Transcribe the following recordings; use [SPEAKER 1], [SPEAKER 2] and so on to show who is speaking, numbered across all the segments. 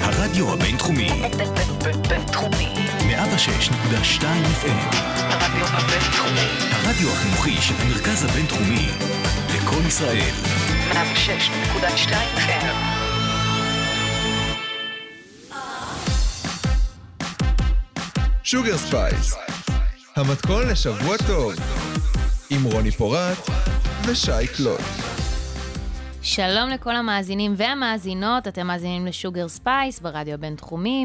[SPEAKER 1] הרדיו הבינתחומי,
[SPEAKER 2] בינתחומי.
[SPEAKER 1] 106.2 FM,
[SPEAKER 2] רדיו הבינתחומי.
[SPEAKER 1] הרדיו החינוכי של המרכז הבינתחומי, לקום ישראל,
[SPEAKER 2] 106.2 FM.
[SPEAKER 3] שוגר ספייס, המתכון לשבוע טוב, עם רוני פורט ושי קלוט.
[SPEAKER 4] שלום לכל המאזינים והמאזינות, אתם מאזינים לשוגר ספייס ברדיו הבינתחומי,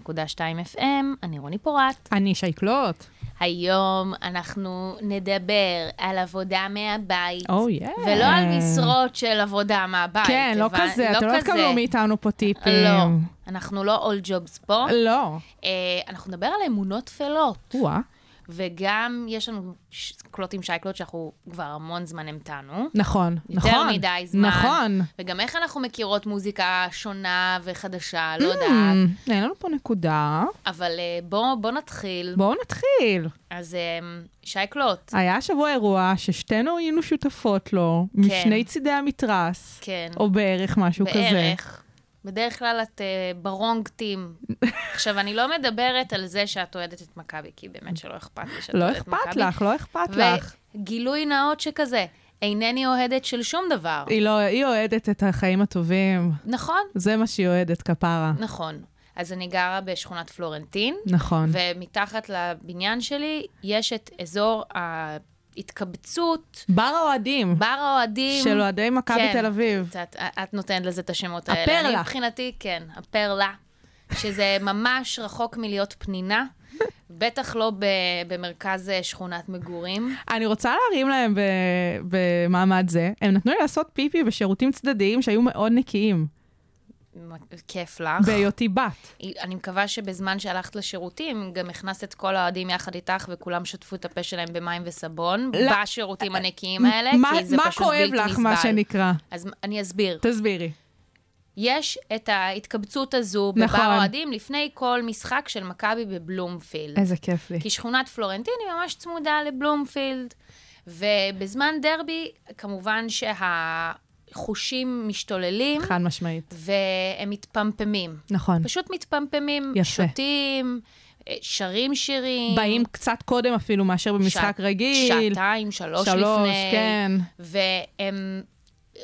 [SPEAKER 4] 106.2 FM, אני רוני פורט.
[SPEAKER 5] אני שייקלוט.
[SPEAKER 4] היום אנחנו נדבר על עבודה מהבית,
[SPEAKER 5] Oh, yeah.
[SPEAKER 4] ולא על משרות של עבודה מהבית.
[SPEAKER 5] כן, לא
[SPEAKER 4] הבנ-
[SPEAKER 5] כזה, אתם לא
[SPEAKER 4] כזה.
[SPEAKER 5] תקבלו מאיתנו פה טיפים.
[SPEAKER 4] לא, אנחנו לא אול ג'ובס פה.
[SPEAKER 5] לא.
[SPEAKER 4] אה, אנחנו נדבר על אמונות טפלות,
[SPEAKER 5] וואה,
[SPEAKER 4] וגם יש לנו ש- קלוט עם שייקלוט שאנחנו כבר המון זמן המתנו.
[SPEAKER 5] נכון, נכון.
[SPEAKER 4] יותר מדי זמן.
[SPEAKER 5] נכון.
[SPEAKER 4] וגם איך אנחנו מכירות מוזיקה שונה וחדשה, לא יודעת.
[SPEAKER 5] Hmm, אין לנו פה נקודה.
[SPEAKER 4] אבל אה, בוא, בוא נתחיל.
[SPEAKER 5] בואו נתחיל.
[SPEAKER 4] אז אה, שי קלוט,
[SPEAKER 5] היה השבוע אירוע ששתינו היינו שותפות לו, משני צידי המתרס,
[SPEAKER 4] כן,
[SPEAKER 5] או בערך משהו כזה.
[SPEAKER 4] בערך. בדרך כלל את אה, ברונג טים. עכשיו, אני לא מדברת על זה שאת אוהדת את מכבי, כי באמת שלא אכפת לי שאת
[SPEAKER 5] לא
[SPEAKER 4] אוהדת מכבי.
[SPEAKER 5] אכפת לך, לא אכפת לך.
[SPEAKER 4] וגילוי נאות שכזה, אינני אוהדת של שום דבר.
[SPEAKER 5] היא לא, היא אוהדת את החיים הטובים.
[SPEAKER 4] נכון,
[SPEAKER 5] זה מה שהיא אוהדת, כפרה.
[SPEAKER 4] נכון. אז אני גרה בשכונת פלורנטין,
[SPEAKER 5] נכון.
[SPEAKER 4] ומתחת לבניין שלי יש את אזור ההתקבצות,
[SPEAKER 5] בר האוהדים
[SPEAKER 4] בר האוהדים.
[SPEAKER 5] של אוהדי מכבי
[SPEAKER 4] כן,
[SPEAKER 5] תל אביב.
[SPEAKER 4] את, את נותנת לזה את השמות האלה.
[SPEAKER 5] הפרלה.
[SPEAKER 4] אני מבחינתי, כן, הפרלה. שזה ממש רחוק מלהיות פנינה, בטח לא ב, במרכז אה, שכונת מגורים.
[SPEAKER 5] אני רוצה להרים להם ב- במעמד זה. הם נתנו לי לעשות פיפי בשירותים צדדיים שהיו מאוד נקיים,
[SPEAKER 4] מ- כיף לך.
[SPEAKER 5] בהיותי בת.
[SPEAKER 4] אני מקווה שבזמן שהלכת לשירותים, גם הכנסת את כל האוהדים יחד איתך, וכולם שטפו את הפה שלהם במים וסבון,
[SPEAKER 5] לא. אה,
[SPEAKER 4] בשירותים הנקיים האלה,
[SPEAKER 5] מה-
[SPEAKER 4] כי זה
[SPEAKER 5] מה
[SPEAKER 4] פשוט
[SPEAKER 5] כואב
[SPEAKER 4] בלתי נסבל.
[SPEAKER 5] לך, מה שנקרא?
[SPEAKER 4] אז אני אסביר.
[SPEAKER 5] תסבירי.
[SPEAKER 4] יש את ההתקבצות הזו בבר
[SPEAKER 5] נכון.
[SPEAKER 4] האוהדים לפני כל משחק של מכבי בבלומפילד.
[SPEAKER 5] איזה כיף לי.
[SPEAKER 4] כי שכונת פלורנטין היא ממש צמודה לבלומפילד. ובזמן דרבי, כמובן שהחושים משתוללים,
[SPEAKER 5] חד משמעית.
[SPEAKER 4] והם מתפמפמים.
[SPEAKER 5] נכון.
[SPEAKER 4] פשוט מתפמפמים,
[SPEAKER 5] יפה.
[SPEAKER 4] שותים, אה, שרים שירים.
[SPEAKER 5] באים קצת קודם אפילו מאשר במשחק
[SPEAKER 4] שע-
[SPEAKER 5] רגיל.
[SPEAKER 4] שעתיים, שלוש,
[SPEAKER 5] שלוש,
[SPEAKER 4] לפני.
[SPEAKER 5] כן.
[SPEAKER 4] והם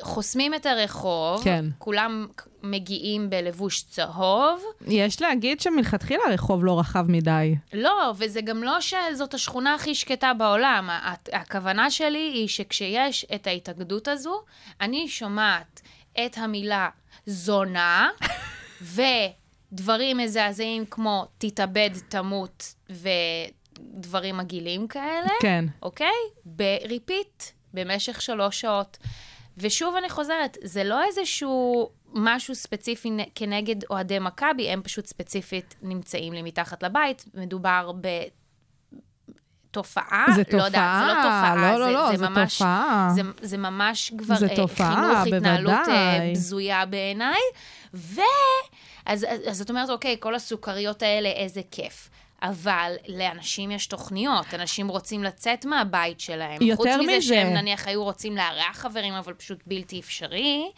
[SPEAKER 4] חוסמים את הרחוב.
[SPEAKER 5] כן.
[SPEAKER 4] כולם מגיעים בלבוש צהוב.
[SPEAKER 5] יש להגיד שמלכתחילה הרחוב לא רחב מדי.
[SPEAKER 4] לא, וזה גם לא שזאת השכונה הכי שקטה בעולם. ה- ה- הכוונה שלי היא שכשיש את ההתאגדות הזו, אני שומעת את המילה זונה, ודברים מזעזעים כמו תתאבד, תמות, ודברים מגעילים כאלה,
[SPEAKER 5] כן.
[SPEAKER 4] אוקיי? בריפיט, במשך שלוש שעות. ושוב אני חוזרת, זה לא איזשהו משהו ספציפי נ- כנגד אוהדי מכבי, הם פשוט ספציפית נמצאים לי מתחת לבית, מדובר ב... תופעה?
[SPEAKER 5] זה
[SPEAKER 4] לא יודעת, זה לא
[SPEAKER 5] תופעה,
[SPEAKER 4] תופעה,
[SPEAKER 5] לא, לא,
[SPEAKER 4] זה,
[SPEAKER 5] לא,
[SPEAKER 4] זה
[SPEAKER 5] זה
[SPEAKER 4] ממש,
[SPEAKER 5] תופעה.
[SPEAKER 4] זה, זה ממש כבר
[SPEAKER 5] זה
[SPEAKER 4] אה,
[SPEAKER 5] תופעה,
[SPEAKER 4] חינוך, התנהלות אה,
[SPEAKER 5] בוודאי.
[SPEAKER 4] בזויה בעיניי. ו... אז, אז, אז את אומרת, אוקיי, כל הסוכריות האלה, איזה כיף. אבל לאנשים יש תוכניות, אנשים רוצים לצאת מהבית שלהם. חוץ
[SPEAKER 5] יותר
[SPEAKER 4] מזה
[SPEAKER 5] מזה.
[SPEAKER 4] שהם נניח היו רוצים לארח חברים, אבל פשוט בלתי אפשרי.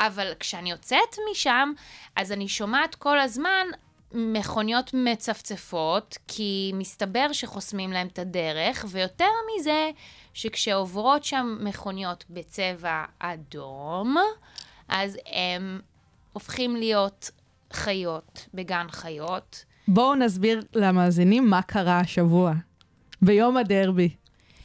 [SPEAKER 4] אבל כשאני יוצאת משם, אז אני שומעת כל הזמן מכוניות מצפצפות, כי מסתבר שחוסמים להם את הדרך, ויותר מזה, שכשעוברות שם מכוניות בצבע אדום, אז הם הופכים להיות חיות בגן חיות.
[SPEAKER 5] בואו נסביר למאזינים מה קרה השבוע. ביום הדרבי.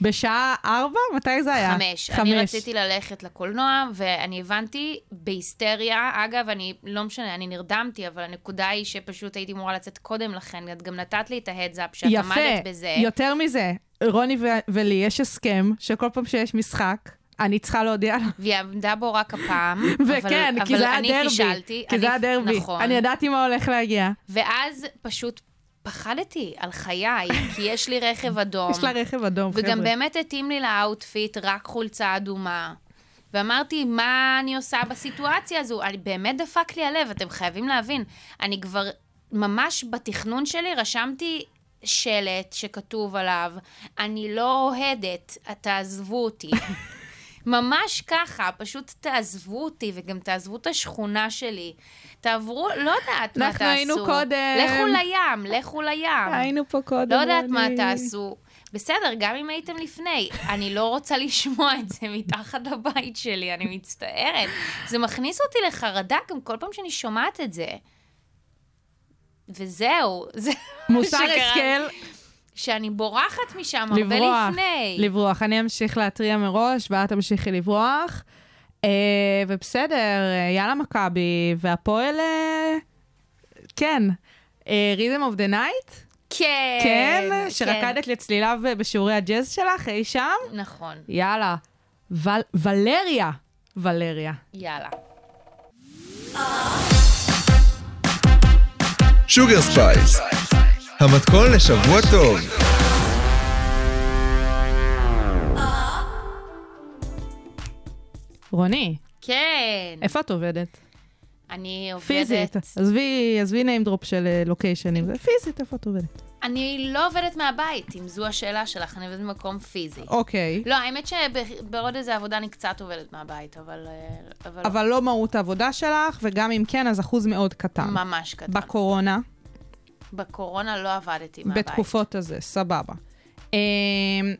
[SPEAKER 5] בשעה ארבע? מתי זה היה?
[SPEAKER 4] חמש. אני רציתי ללכת לקולנוע, ואני הבנתי בהיסטריה, אגב, אני, לא משנה, אני נרדמתי, אבל הנקודה היא שפשוט הייתי אמורה לצאת קודם לכן, את גם נתת לי את ההדסאפ שאת עמדת בזה.
[SPEAKER 5] יפה, יותר מזה, רוני ו- ולי יש הסכם שכל פעם שיש משחק, אני צריכה להודיע לה.
[SPEAKER 4] והיא עמדה בו רק הפעם,
[SPEAKER 5] וכן,
[SPEAKER 4] אבל,
[SPEAKER 5] כי
[SPEAKER 4] אבל
[SPEAKER 5] זה היה
[SPEAKER 4] אני
[SPEAKER 5] דרבי.
[SPEAKER 4] פישלתי.
[SPEAKER 5] כי
[SPEAKER 4] אני-
[SPEAKER 5] זה היה דרבי.
[SPEAKER 4] נכון.
[SPEAKER 5] אני ידעתי מה הולך להגיע.
[SPEAKER 4] ואז פשוט פחדתי על חיי, כי יש לי רכב אדום.
[SPEAKER 5] יש לה רכב אדום, חבר'ה.
[SPEAKER 4] נכון. וגם באמת התאים לי לאאוטפיט רק חולצה אדומה. ואמרתי, מה אני עושה בסיטואציה הזו? אני, באמת דפק לי הלב, אתם חייבים להבין. אני כבר, ממש בתכנון שלי רשמתי שלט שכתוב עליו, אני לא אוהדת, תעזבו אותי. ממש ככה, פשוט תעזבו אותי וגם תעזבו את השכונה שלי. תעברו, לא יודעת מה
[SPEAKER 5] אנחנו
[SPEAKER 4] תעשו.
[SPEAKER 5] היינו קודם.
[SPEAKER 4] לכו לים, לכו לים.
[SPEAKER 5] היינו פה קודם.
[SPEAKER 4] לא יודעת מה
[SPEAKER 5] אני-
[SPEAKER 4] תעשו. בסדר, גם אם הייתם לפני, אני לא רוצה לשמוע את זה מתחת לבית שלי, אני מצטערת. זה מכניס אותי לחרדה גם כל פעם שאני שומעת את זה. וזהו, זה מה
[SPEAKER 5] מוסר
[SPEAKER 4] שקרה.
[SPEAKER 5] השכל,
[SPEAKER 4] שאני בורחת משם הרבה
[SPEAKER 5] לברוח.
[SPEAKER 4] לפני.
[SPEAKER 5] לברוח. אני אמשיך להתריע מראש, ואת תמשיכי לברוח. אה, ובסדר, אה, יאללה מכבי, והפועל... אה, כן. ריזם אוף דה נייט?
[SPEAKER 4] כן.
[SPEAKER 5] כן, שרקדת לצלילה ב- אה, בשיעורי הג'אז שלך אי שם?
[SPEAKER 4] נכון,
[SPEAKER 5] יאללה. ול- ולריה. ולריה.
[SPEAKER 4] יאללה.
[SPEAKER 3] שוגר ספייס, המתכון לשבוע טוב.
[SPEAKER 5] רוני,
[SPEAKER 4] כן.
[SPEAKER 5] איפה את עובדת?
[SPEAKER 4] אני עובדת...
[SPEAKER 5] פיזית. עזבי, עזבי name drop של אה, לוקיישנים. זה פיזית, איפה את עובדת?
[SPEAKER 4] אני לא עובדת מהבית, אם זו השאלה שלך, אני עובדת במקום פיזי.
[SPEAKER 5] אוקיי.
[SPEAKER 4] לא, האמת שבעוד איזה עבודה אני קצת עובדת מהבית, אבל... אה, אבל...
[SPEAKER 5] אבל לא מהות העבודה שלך, וגם אם כן, אז אחוז מאוד קטן.
[SPEAKER 4] ממש קטן.
[SPEAKER 5] בקורונה,
[SPEAKER 4] בקורונה לא עבדתי מהבית.
[SPEAKER 5] בתקופות הזה, סבבה. אמ,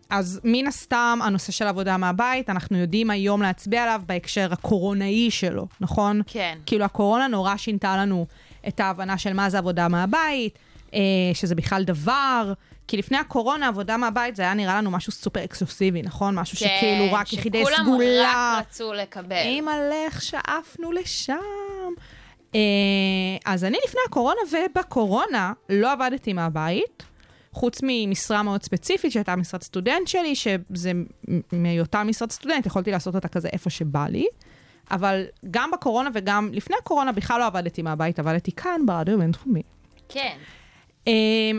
[SPEAKER 5] אז מן הסתם, הנושא של עבודה מהבית, אנחנו יודעים היום להצביע עליו בהקשר הקורונאי שלו, נכון?
[SPEAKER 4] כן.
[SPEAKER 5] כאילו, הקורונה נורא שינתה לנו את ההבנה של מה זה עבודה מהבית, אה, שזה בכלל דבר. כי לפני הקורונה, עבודה מהבית זה היה נראה לנו משהו סופר אקסקלוסיבי, נכון? משהו
[SPEAKER 4] כן,
[SPEAKER 5] שכאילו רק יחידי סגולה.
[SPEAKER 4] שכולם רק רצו לקבל.
[SPEAKER 5] אימא'לה, איך שאפנו לשם. אה, אז אני לפני הקורונה ובקורונה לא עבדתי מהבית, חוץ ממשרה מאוד ספציפית שהייתה משרת סטודנט שלי, שזה מ- מהיותה משרת סטודנט, יכולתי לעשות אותה כזה איפה שבא לי. אבל גם בקורונה וגם לפני הקורונה בכלל לא עבדתי מהבית, עבדתי כאן ברדיו בינתחומי.
[SPEAKER 4] כן.
[SPEAKER 5] Um,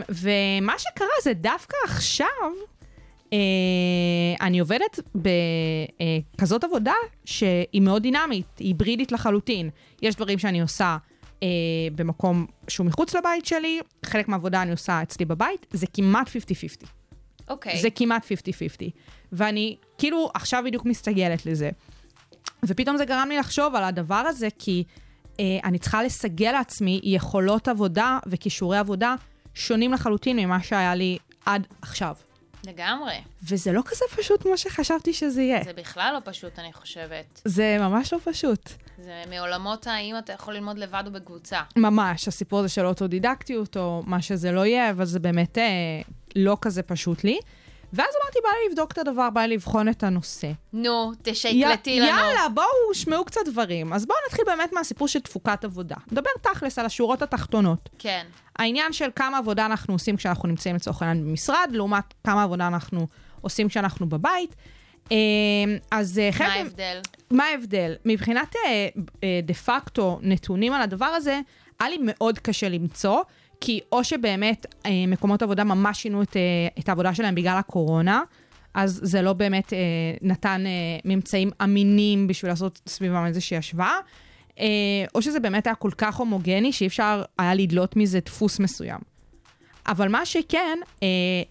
[SPEAKER 5] ומה שקרה זה דווקא עכשיו, uh, אני עובדת בכזאת עבודה שהיא מאוד דינמית, היא היברידית לחלוטין. יש דברים שאני עושה uh, במקום שהוא מחוץ לבית שלי, חלק מהעבודה אני עושה אצלי בבית, זה כמעט 50-50.
[SPEAKER 4] אוקיי.
[SPEAKER 5] זה כמעט 50-50. ואני כאילו עכשיו בדיוק מסתגלת לזה. ופתאום זה גרם לי לחשוב על הדבר הזה, כי אה, אני צריכה לסגל לעצמי יכולות עבודה וכישורי עבודה שונים לחלוטין ממה שהיה לי עד עכשיו.
[SPEAKER 4] לגמרי.
[SPEAKER 5] וזה לא כזה פשוט כמו שחשבתי שזה יהיה. זה,
[SPEAKER 4] זה בכלל לא פשוט, אני חושבת.
[SPEAKER 5] זה ממש לא פשוט.
[SPEAKER 4] זה מעולמות האם אתה יכול ללמוד לבד או בקבוצה.
[SPEAKER 5] ממש, הסיפור הזה של אוטודידקטיות, או מה שזה לא יהיה, אבל זה באמת אה, לא כזה פשוט לי. ואז אמרתי, בא לי לבדוק את הדבר, בא לי לבחון את הנושא.
[SPEAKER 4] נו, תשקלטי
[SPEAKER 5] י-
[SPEAKER 4] לנו.
[SPEAKER 5] יאללה, בואו, שמעו קצת דברים. אז בואו נתחיל באמת מהסיפור של תפוקת עבודה. נדבר תכלס על השורות התחתונות.
[SPEAKER 4] כן.
[SPEAKER 5] העניין של כמה עבודה אנחנו עושים כשאנחנו נמצאים לצורך העניין במשרד, לעומת כמה עבודה אנחנו עושים כשאנחנו בבית. אה, אז אה,
[SPEAKER 4] מה
[SPEAKER 5] חלק...
[SPEAKER 4] ההבדל?
[SPEAKER 5] מה ההבדל? מבחינת אה, אה, דה פקטו נתונים על הדבר הזה, היה לי מאוד קשה למצוא, כי או שבאמת אה, מקומות עבודה ממש שינו את, אה, את העבודה שלהם בגלל הקורונה, אז זה לא באמת אה, נתן אה, ממצאים אמינים בשביל לעשות סביבם איזושהי השוואה, אה, או שזה באמת היה כל כך הומוגני שאי אפשר היה לדלות מזה דפוס מסוים. אבל מה שכן, אה,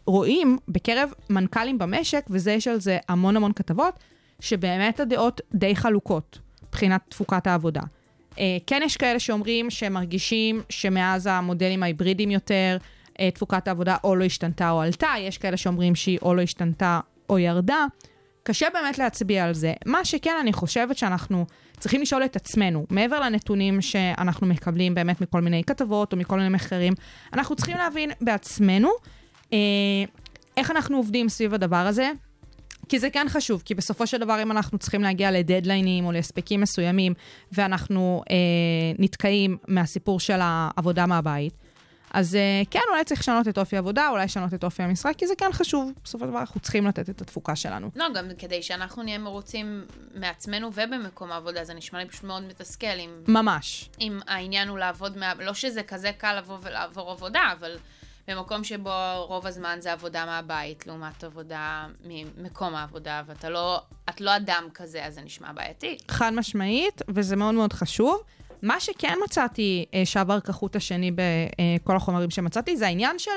[SPEAKER 5] רואים בקרב מנכ"לים במשק, וזה יש על זה המון המון כתבות, שבאמת הדעות די חלוקות מבחינת תפוקת העבודה. אה, כן יש כאלה שאומרים שהם מרגישים שמאז המודלים ההיברידיים יותר, אה, תפוקת העבודה או לא השתנתה או עלתה, יש כאלה שאומרים שהיא או לא השתנתה או ירדה. קשה באמת להצביע על זה. מה שכן, אני חושבת שאנחנו צריכים לשאול את עצמנו, מעבר לנתונים שאנחנו מקבלים באמת מכל מיני כתבות או מכל מיני מחקרים, אנחנו צריכים להבין בעצמנו אה, איך אנחנו עובדים סביב הדבר הזה, כי זה כן חשוב, כי בסופו של דבר, אם אנחנו צריכים להגיע לדדליינים או להספקים מסוימים, ואנחנו אה, נתקעים מהסיפור של העבודה מהבית, אז אה, כן, אולי צריך לשנות את אופי העבודה, אולי לשנות את אופי המשרה, כי זה כן חשוב. בסופו של דבר, אנחנו צריכים לתת את התפוקה שלנו.
[SPEAKER 4] לא, גם כדי שאנחנו נהיה מרוצים מעצמנו ובמקום העבודה, זה נשמע לי פשוט מאוד מתסכל אם,
[SPEAKER 5] ממש.
[SPEAKER 4] אם העניין הוא לעבוד מה... לא שזה כזה קל לבוא ולעבור עבודה, אבל במקום שבו רוב הזמן זה עבודה מהבית לעומת עבודה ממקום העבודה, ואתה לא... את לא אדם כזה, אז זה נשמע בעייתי.
[SPEAKER 5] חד משמעית, וזה מאוד מאוד חשוב. מה שכן מצאתי אה, שעבר כחוט השני בכל החומרים שמצאתי, זה העניין של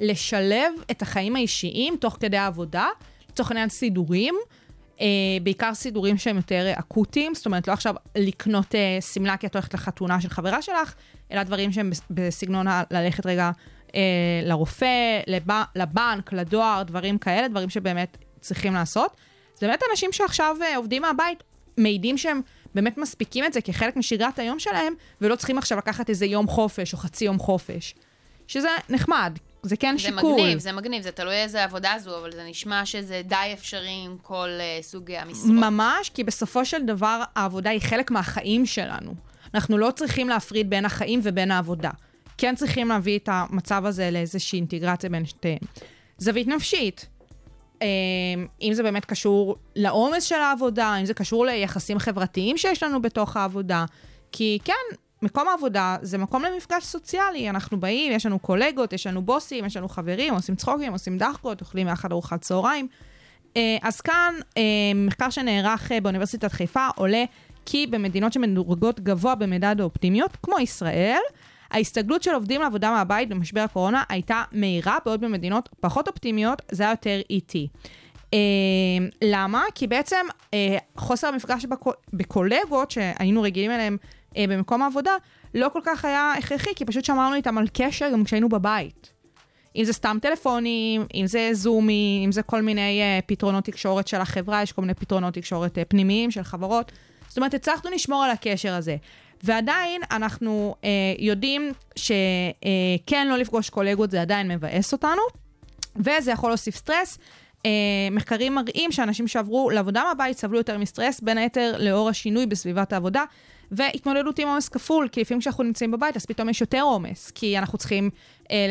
[SPEAKER 5] לשלב את החיים האישיים תוך כדי העבודה, לצורך העניין סידורים, אה, בעיקר סידורים שהם יותר אה, אקוטיים, זאת אומרת, לא עכשיו לקנות אה, שמלה כי את הולכת לחתונה של חברה שלך, אלא דברים שהם בס- בסגנון ה- ללכת רגע אה, לרופא, לב, לבנק, לדואר, דברים כאלה, דברים שבאמת צריכים לעשות. זה באמת אנשים שעכשיו אה, עובדים מהבית, מעידים שהם באמת מספיקים את זה כחלק משגרת היום שלהם, ולא צריכים עכשיו לקחת איזה יום חופש או חצי יום חופש. שזה נחמד, זה כן
[SPEAKER 4] זה
[SPEAKER 5] שיקול.
[SPEAKER 4] מגניב, זה מגניב, זה תלוי איזה עבודה זו, אבל זה נשמע שזה די אפשרי עם כל אה, סוגי המשרות.
[SPEAKER 5] ממש, כי בסופו של דבר העבודה היא חלק מהחיים שלנו. אנחנו לא צריכים להפריד בין החיים ובין העבודה. כן צריכים להביא את המצב הזה לאיזושהי אינטגרציה בין שתיהם. זווית נפשית, אה, אם זה באמת קשור לעומס של העבודה, אם זה קשור ליחסים חברתיים שיש לנו בתוך העבודה. כי כן, מקום העבודה זה מקום למפגש סוציאלי, אנחנו באים, יש לנו קולגות, יש לנו בוסים, יש לנו חברים, עושים צחוקים, עושים דחקות, אוכלים יחד ארוחת צהריים. אה, אז כאן, אה, מחקר שנערך אה, באוניברסיטת חיפה עולה כי במדינות שמדורגות גבוה במדד האופטימיות, כמו ישראל, ההסתגלות של עובדים לעבודה מהבית במשבר הקורונה הייתה מהירה, בעוד במדינות פחות אופטימיות זה היה יותר איטי. אה, למה? כי בעצם אה, חוסר המפגש בקו- בקולגות שהיינו רגילים אליהם אה, במקום העבודה, לא כל כך היה הכרחי, כי פשוט שמרנו איתם על קשר גם כשהיינו בבית. אם זה סתם טלפונים, אם זה זומים, אם זה כל מיני uh, פתרונות תקשורת של החברה, יש כל מיני פתרונות תקשורת uh, פנימיים של חברות. זאת אומרת, הצלחנו לשמור על הקשר הזה. ועדיין אנחנו uh, יודעים שכן uh, כן, לא לפגוש קולגות זה עדיין מבאס אותנו, וזה יכול להוסיף סטרס. Uh, מחקרים מראים שאנשים שעברו לעבודה מהבית סבלו יותר מסטרס, בין היתר לאור השינוי בסביבת העבודה, והתמודדות עם עומס כפול, כי לפעמים כשאנחנו נמצאים בבית אז פתאום יש יותר עומס, כי אנחנו צריכים uh,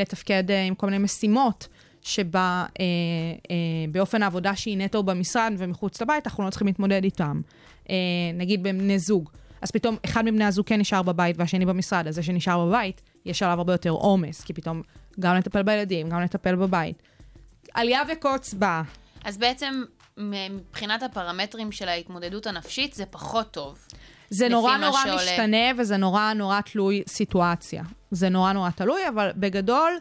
[SPEAKER 5] לתפקד uh, עם כל מיני משימות. שבאופן העבודה שהיא נטו במשרד ומחוץ לבית, אנחנו לא צריכים להתמודד איתם. אה, נגיד בבני זוג. אז פתאום אחד מבני הזוג כן נשאר בבית והשני במשרד, אז זה שנשאר בבית, יש עליו הרבה יותר עומס, כי פתאום גם לטפל בילדים, גם לטפל בבית. עלייה וקוץ בה.
[SPEAKER 4] אז בעצם, מ- מבחינת הפרמטרים של ההתמודדות הנפשית, זה פחות טוב.
[SPEAKER 5] זה
[SPEAKER 4] לפי
[SPEAKER 5] נורא
[SPEAKER 4] מה
[SPEAKER 5] נורא
[SPEAKER 4] שעולה.
[SPEAKER 5] משתנה וזה נורא נורא תלוי סיטואציה. זה נורא נורא תלוי, אבל בגדול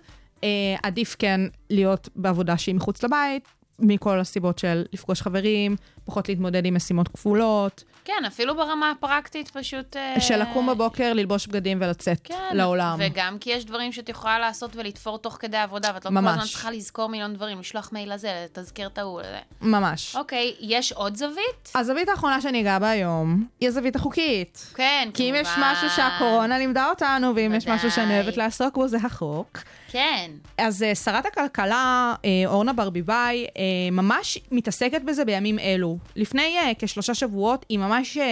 [SPEAKER 5] אה, עדיף כן להיות בעבודה שהיא מחוץ לבית, מכל הסיבות של לפגוש חברים, פחות להתמודד עם משימות כפולות,
[SPEAKER 4] כן, אפילו ברמה הפרקטית פשוט... אה,
[SPEAKER 5] של לקום בבוקר, ללבוש בגדים ולצאת
[SPEAKER 4] כן,
[SPEAKER 5] לעולם.
[SPEAKER 4] וגם כי יש דברים שאת יכולה לעשות ולתפור תוך כדי עבודה, ואת לא כל
[SPEAKER 5] ממש.
[SPEAKER 4] הזמן צריכה לזכור מיליון דברים, לשלוח מייל לזה, לתזכר את ההוא. לזה.
[SPEAKER 5] ממש.
[SPEAKER 4] אוקיי, יש עוד זווית?
[SPEAKER 5] הזווית האחרונה שאני אגע בה היום, היא הזווית החוקית.
[SPEAKER 4] כן,
[SPEAKER 5] כי אם
[SPEAKER 4] כמובן.
[SPEAKER 5] יש משהו שהקורונה לימדה אותנו, ואם יש משהו שאני
[SPEAKER 4] ודאי.
[SPEAKER 5] אוהבת לעסוק בו, זה החוק.
[SPEAKER 4] כן.
[SPEAKER 5] אז אה, שרת הכלכלה, אה, אורנה ברביבאי, אה, ממש מתעסקת בזה בימים אלו. לפני אה, כשלושה שבועות היא ממש אה, אה,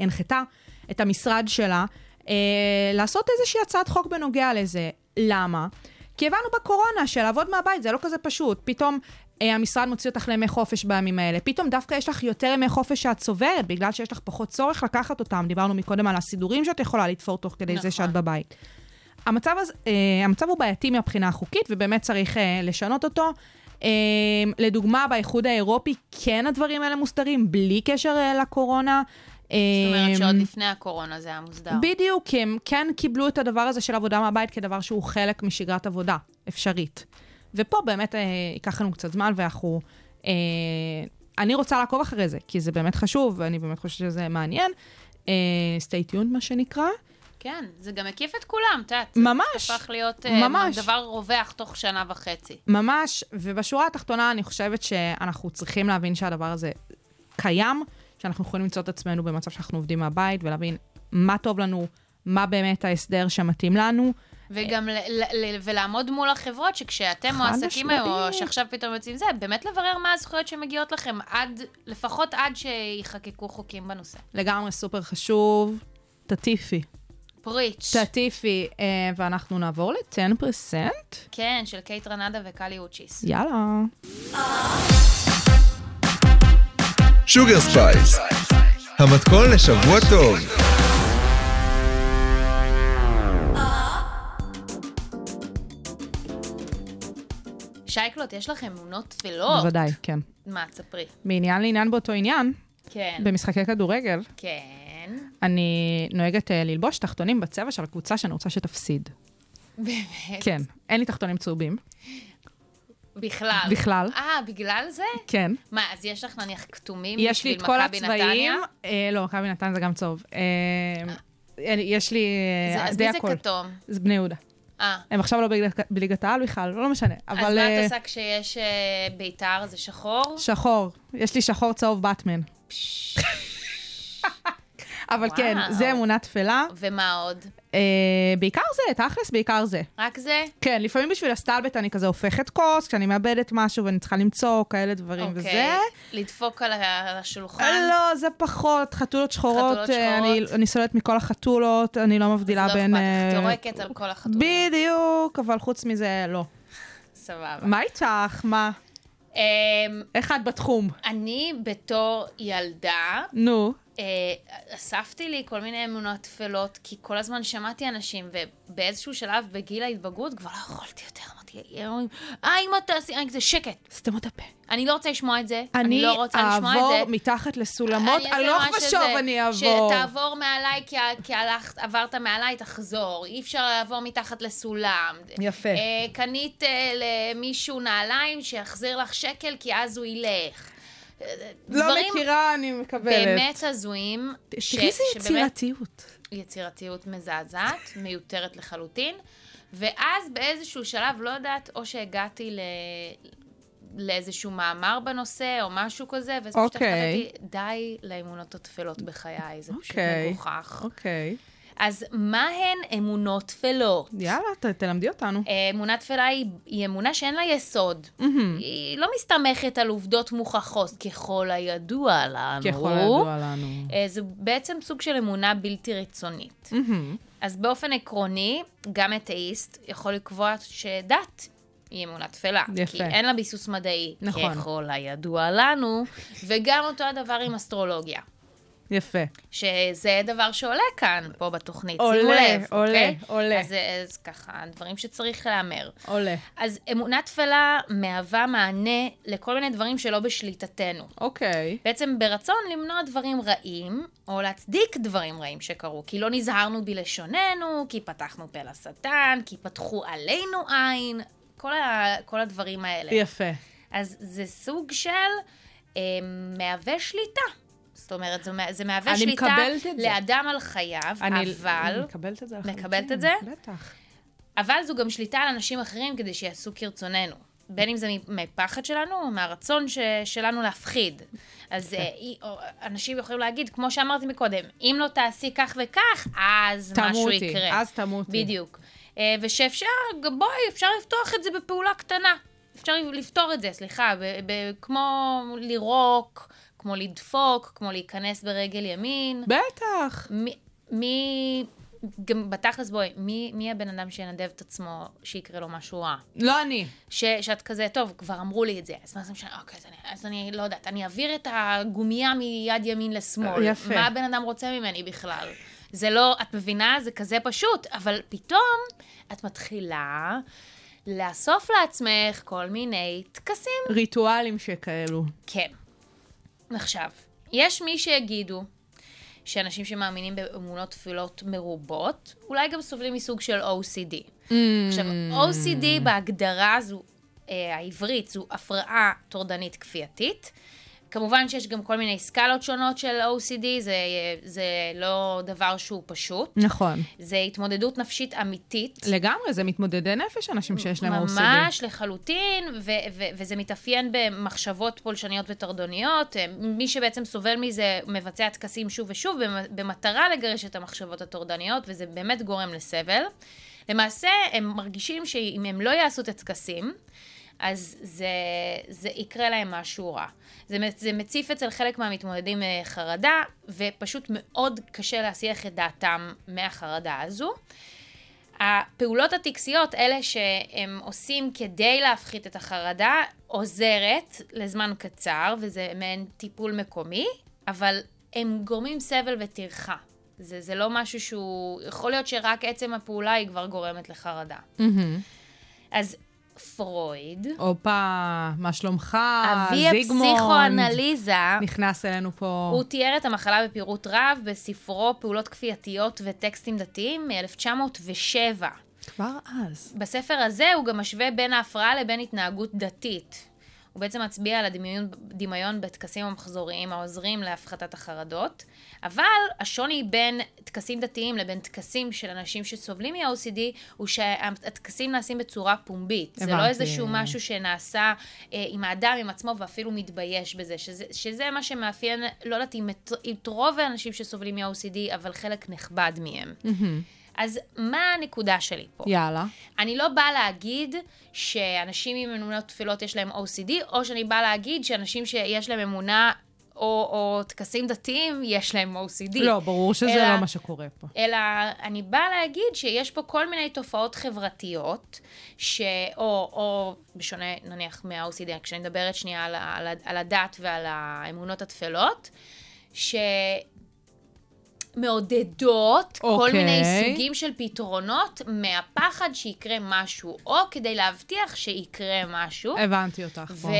[SPEAKER 5] הנחתה את המשרד שלה אה, לעשות איזושהי הצעת חוק בנוגע לזה. למה? כי הבנו בקורונה שלעבוד מהבית זה לא כזה פשוט. פתאום אה, המשרד מוציא אותך לימי חופש בימים האלה. פתאום דווקא יש לך יותר ימי חופש שאת צוברת, בגלל שיש לך פחות צורך לקחת אותם. דיברנו מקודם על הסידורים שאת יכולה לתפור תוך כדי
[SPEAKER 4] נכון.
[SPEAKER 5] זה שאת בבית. המצב, הזה, אה, המצב הוא בעייתי מהבחינה החוקית, ובאמת צריך אה, לשנות אותו. אה, לדוגמה, באיחוד האירופי כן הדברים האלה מוסדרים, בלי קשר אה, לקורונה. אה,
[SPEAKER 4] זאת אומרת שעוד לפני הקורונה זה היה מוסדר.
[SPEAKER 5] בדיוק, כי הם כן קיבלו את הדבר הזה של עבודה מהבית כדבר שהוא חלק משגרת עבודה אפשרית. ופה באמת אה, ייקח לנו קצת זמן, ואנחנו... אה, אני רוצה לעקוב אחרי זה, כי זה באמת חשוב, ואני באמת חושבת שזה מעניין. אה, stay tuned, מה שנקרא.
[SPEAKER 4] כן, זה גם מקיף את כולם, את יודעת.
[SPEAKER 5] ממש,
[SPEAKER 4] זה הפך להיות
[SPEAKER 5] ממש.
[SPEAKER 4] ממש. דבר רווח תוך שנה וחצי.
[SPEAKER 5] ממש, ובשורה התחתונה אני חושבת שאנחנו צריכים להבין שהדבר הזה קיים, שאנחנו יכולים למצוא את עצמנו במצב שאנחנו עובדים מהבית ולהבין מה טוב לנו, מה באמת ההסדר שמתאים לנו.
[SPEAKER 4] וגם ל- ל- ל- ולעמוד מול החברות, שכשאתם מועסקים היום, או
[SPEAKER 5] משמעית.
[SPEAKER 4] שעכשיו פתאום יוצאים זה, באמת לברר מה הזכויות שמגיעות לכם, עד, לפחות עד שיחקקו חוקים בנושא.
[SPEAKER 5] לגמרי סופר חשוב. תטיפי.
[SPEAKER 4] פריץ',
[SPEAKER 5] תטיפי, אה, ואנחנו נעבור ל-10%.
[SPEAKER 4] כן, של קייט רנדה וקאלי אוצ'יס.
[SPEAKER 5] יאללה.
[SPEAKER 3] שוגר ספייס, המתכון לשבוע טוב.
[SPEAKER 4] שייקלוט, יש לכם אמונות טפלות?
[SPEAKER 5] בוודאי, כן.
[SPEAKER 4] מה, תספרי.
[SPEAKER 5] מעניין לעניין באותו עניין,
[SPEAKER 4] כן,
[SPEAKER 5] במשחקי כדורגל,
[SPEAKER 4] כן.
[SPEAKER 5] אני נוהגת אה, ללבוש תחתונים בצבע של הקבוצה שאני רוצה שתפסיד.
[SPEAKER 4] באמת.
[SPEAKER 5] כן, אין לי תחתונים צהובים.
[SPEAKER 4] בכלל.
[SPEAKER 5] בכלל.
[SPEAKER 4] אה, בגלל זה?
[SPEAKER 5] כן.
[SPEAKER 4] מה, אז יש לך נניח כתומים
[SPEAKER 5] יש לי את
[SPEAKER 4] בשביל
[SPEAKER 5] כל
[SPEAKER 4] מכבי נתניה?
[SPEAKER 5] הצבעים. אה, לא, מכבי נתניה זה גם צהוב. אה, אין- יש לי
[SPEAKER 4] זה-
[SPEAKER 5] אה,
[SPEAKER 4] אז
[SPEAKER 5] די
[SPEAKER 4] מי זה
[SPEAKER 5] הכל.
[SPEAKER 4] כתום?
[SPEAKER 5] זה בני יהודה.
[SPEAKER 4] אה.
[SPEAKER 5] הם עכשיו לא בליגת- בליגת העל בכלל, לא משנה. אבל...
[SPEAKER 4] אז מה
[SPEAKER 5] אה,
[SPEAKER 4] את עושה כשיש אה, בית"ר? זה שחור?
[SPEAKER 5] שחור. יש לי שחור צהוב באטמן. אבל
[SPEAKER 4] וואו.
[SPEAKER 5] כן, זה אמונה טפלה.
[SPEAKER 4] ומה עוד?
[SPEAKER 5] אה, בעיקר זה, תכלס, בעיקר זה.
[SPEAKER 4] רק זה?
[SPEAKER 5] כן, לפעמים בשביל הסטלבט אני כזה הופכת כוס, כשאני מאבדת משהו ואני צריכה למצוא כאלה דברים וזה.
[SPEAKER 4] אוקיי. לדפוק על ה- על השולחן?
[SPEAKER 5] אה, לא, זה פחות, חתולות
[SPEAKER 4] חתולות
[SPEAKER 5] שחורות, אה, אני-
[SPEAKER 4] שחורות.
[SPEAKER 5] אני סולדת מכל החתולות, אני לא מבדילה
[SPEAKER 4] לא
[SPEAKER 5] בין...
[SPEAKER 4] אכפת לך,
[SPEAKER 5] אה,
[SPEAKER 4] יורקת על כל החתולים.
[SPEAKER 5] בדיוק, אבל חוץ מזה, לא.
[SPEAKER 4] סבבה.
[SPEAKER 5] מה איתך? מה?
[SPEAKER 4] אמ,
[SPEAKER 5] איך את בתחום?
[SPEAKER 4] אני בתור ילדה,
[SPEAKER 5] נו.
[SPEAKER 4] אה, אספתי לי כל מיני אמונות טפלות, כי כל הזמן שמעתי אנשים, ובאיזשהו שלב בגיל ההתבגרות כבר לא יכולתי יותר, אמרתי, "יואי, אה, אמא תעשי, אה, זה שקט.
[SPEAKER 5] סתמו את הפה.
[SPEAKER 4] אני לא רוצה לשמוע את זה, אני
[SPEAKER 5] אני
[SPEAKER 4] לא רוצה לשמוע את
[SPEAKER 5] אעבור
[SPEAKER 4] זה.
[SPEAKER 5] מתחת לסולמות
[SPEAKER 4] אני אעשה
[SPEAKER 5] הלוך
[SPEAKER 4] מה שזה.
[SPEAKER 5] ושוב אני אעבור.
[SPEAKER 4] שתעבור מעליי, כי, ה- כי הלכת, עברת מעליי, תחזור. אי אפשר לעבור מתחת לסולם.
[SPEAKER 5] יפה.
[SPEAKER 4] אה, קנית אה, למישהו נעליים, שיחזיר לך שקל, כי אז הוא ילך. אה,
[SPEAKER 5] לא
[SPEAKER 4] דברים
[SPEAKER 5] מכירה, אני מקבלת.
[SPEAKER 4] באמת הזויים. ש-
[SPEAKER 5] תראי איזה
[SPEAKER 4] שבאמת-
[SPEAKER 5] יצירתיות.
[SPEAKER 4] יצירתיות מזעזעת, מיותרת לחלוטין. ואז באיזשהו שלב, לא יודעת, או שהגעתי ל... לאיזשהו מאמר בנושא, או משהו כזה, ואז פשוט
[SPEAKER 5] אוקיי.
[SPEAKER 4] החלטתי, די לאמונות הטפלות בחיי, זה פשוט
[SPEAKER 5] אוקיי.
[SPEAKER 4] מגוחך.
[SPEAKER 5] אוקיי.
[SPEAKER 4] אז מה הן אמונות טפלות?
[SPEAKER 5] יאללה, ת- תלמדי אותנו.
[SPEAKER 4] אה, אמונה תפלה היא, היא אמונה שאין לה יסוד. היא לא מסתמכת על עובדות מוכחות, ככל הידוע לנו.
[SPEAKER 5] ככל הידוע לנו.
[SPEAKER 4] אה, זה בעצם סוג של אמונה בלתי רצונית.
[SPEAKER 5] Mm-hmm.
[SPEAKER 4] אז באופן עקרוני, גם אתאיסט יכול לקבוע שדת היא אמונה טפלה.
[SPEAKER 5] יפה.
[SPEAKER 4] כי אין לה ביסוס מדעי.
[SPEAKER 5] נכון.
[SPEAKER 4] ככל הידוע לנו, וגם אותו הדבר עם אסטרולוגיה.
[SPEAKER 5] יפה.
[SPEAKER 4] שזה דבר שעולה כאן, פה בתוכנית,
[SPEAKER 5] עולה,
[SPEAKER 4] שימו לב,
[SPEAKER 5] עולה,
[SPEAKER 4] אוקיי?
[SPEAKER 5] עולה.
[SPEAKER 4] אז, אה, אז ככה, דברים שצריך להמר.
[SPEAKER 5] עולה.
[SPEAKER 4] אז אמונה טפלה מהווה מענה לכל מיני דברים שלא בשליטתנו.
[SPEAKER 5] אוקיי.
[SPEAKER 4] בעצם ברצון למנוע דברים רעים, או להצדיק דברים רעים שקרו, כי לא נזהרנו בלשוננו, כי פתחנו פה לשטן, כי פתחו עלינו עין, כל, ה, כל הדברים האלה.
[SPEAKER 5] יפה.
[SPEAKER 4] אז זה סוג של אה, מהווה שליטה. זאת אומרת, זה, מה- זה מהווה
[SPEAKER 5] אני
[SPEAKER 4] שליטה
[SPEAKER 5] מקבלת את זה.
[SPEAKER 4] לאדם על חייו,
[SPEAKER 5] אני-
[SPEAKER 4] אבל,
[SPEAKER 5] אני מקבלת את זה לחלוטין.
[SPEAKER 4] מקבלת את זה?
[SPEAKER 5] בטח.
[SPEAKER 4] אבל זו גם שליטה על אנשים אחרים כדי שיעשו כרצוננו. בין אם זה מפחד שלנו, או מהרצון ש... שלנו להפחיד. אז
[SPEAKER 5] כן.
[SPEAKER 4] אה, אי- או- אנשים יכולים להגיד, כמו שאמרתי מקודם, אם לא תעשי כך וכך, אז משהו
[SPEAKER 5] תמותי,
[SPEAKER 4] יקרה.
[SPEAKER 5] אז תמותי.
[SPEAKER 4] בדיוק. אה, ושאפשר, גם בואי, אפשר לפתוח את זה בפעולה קטנה. אפשר לפתור את זה, סליחה, ב- ב- כמו לירוק, כמו לדפוק, כמו להיכנס ברגל ימין.
[SPEAKER 5] בטח.
[SPEAKER 4] מי- מי, גם בתכלס בואי, מי, מי הבן אדם שינדב את עצמו שיקרה לו משהו רע?
[SPEAKER 5] לא אני.
[SPEAKER 4] ש, שאת כזה, טוב, כבר אמרו לי את זה, אז מה זה משנה, אוקיי, אז אני, אז אני לא יודעת, אני אעביר את הגומייה מיד ימין לשמאל.
[SPEAKER 5] יפה.
[SPEAKER 4] מה הבן אדם רוצה ממני בכלל? זה לא, את מבינה? זה כזה פשוט, אבל פתאום את מתחילה לאסוף לעצמך כל מיני טקסים.
[SPEAKER 5] ריטואלים שכאלו.
[SPEAKER 4] כן. עכשיו, יש מי שיגידו שאנשים שמאמינים באמונות תפילות מרובות, אולי גם סובלים מסוג של OCD. Mm. עכשיו, OCD בהגדרה זו, אה, העברית, זו הפרעה טורדנית כפייתית. כמובן שיש גם כל מיני סקלות שונות של OCD, זה, אה, זה לא דבר שהוא פשוט.
[SPEAKER 5] נכון.
[SPEAKER 4] זה התמודדות נפשית אמיתית.
[SPEAKER 5] לגמרי, זה מתמודדי נפש, אנשים שיש להם OCD.
[SPEAKER 4] ממש לחלוטין, ו- ו- וזה מתאפיין במחשבות פולשניות וטרדוניות. אה, מי שבעצם סובל מזה מבצע טקסים שוב ושוב במ- במטרה לגרש את המחשבות הטורדניות, וזה באמת גורם לסבל. למעשה, הם מרגישים שאם הם לא יעשו את הטקסים, אז זה, זה יקרה להם משהו רע. זה, מצ- זה מציף אצל חלק מהמתמודדים אה, חרדה, ופשוט מאוד קשה להסיח את דעתם מהחרדה הזו. הפעולות הטקסיות, אלה שהם עושים כדי להפחית את החרדה, עוזרת לזמן קצר, וזה מעין טיפול מקומי, אבל הם גורמים סבל וטרחה. זה, זה לא משהו שהוא... יכול להיות שרק עצם הפעולה היא כבר גורמת לחרדה. אז פרויד,
[SPEAKER 5] הופה, מה שלומך?
[SPEAKER 4] אבי
[SPEAKER 5] אה, זיגמונד. נכון.
[SPEAKER 4] הפסיכואנליזה,
[SPEAKER 5] נכנס אלינו פה.
[SPEAKER 4] הוא תיאר את המחלה בפירוט רב בספרו פעולות כפייתיות וטקסטים דתיים מ-1907.
[SPEAKER 5] כבר אז.
[SPEAKER 4] בספר הזה הוא גם משווה בין ההפרעה לבין התנהגות דתית. הוא בעצם מצביע על הדמיון דמיון בטקסים המחזוריים העוזרים להפחתת החרדות, אבל השוני בין טקסים דתיים לבין טקסים של אנשים שסובלים מ-OCD הוא שהטקסים נעשים בצורה פומבית. זה לא
[SPEAKER 5] הבנתי.
[SPEAKER 4] איזשהו משהו שנעשה אה, עם האדם, עם עצמו, ואפילו מתבייש בזה, שזה, שזה מה שמאפיין, לא יודעת אם את, את רוב האנשים שסובלים מ-OCD, אבל חלק נכבד מהם. אז מה הנקודה שלי פה?
[SPEAKER 5] יאללה.
[SPEAKER 4] אני לא באה להגיד שאנשים עם אמונות תפילות יש להם OCD, או שאני באה להגיד שאנשים שיש להם אמונה או, או טקסים דתיים, יש להם OCD.
[SPEAKER 5] לא, ברור שזה
[SPEAKER 4] אלא-
[SPEAKER 5] לא מה שקורה פה.
[SPEAKER 4] אלא אני באה להגיד שיש פה כל מיני תופעות חברתיות, ש... או, או בשונה נניח מה-OCD, כשאני מדברת שנייה על, ה- על, ה- על הדת ועל האמונות הטפלות, שמעודדות כל
[SPEAKER 5] אוקיי.
[SPEAKER 4] מיני סוגים של פתרונות מהפחד שיקרה משהו, או כדי להבטיח שיקרה משהו.
[SPEAKER 5] הבנתי אותך פה.
[SPEAKER 4] ו...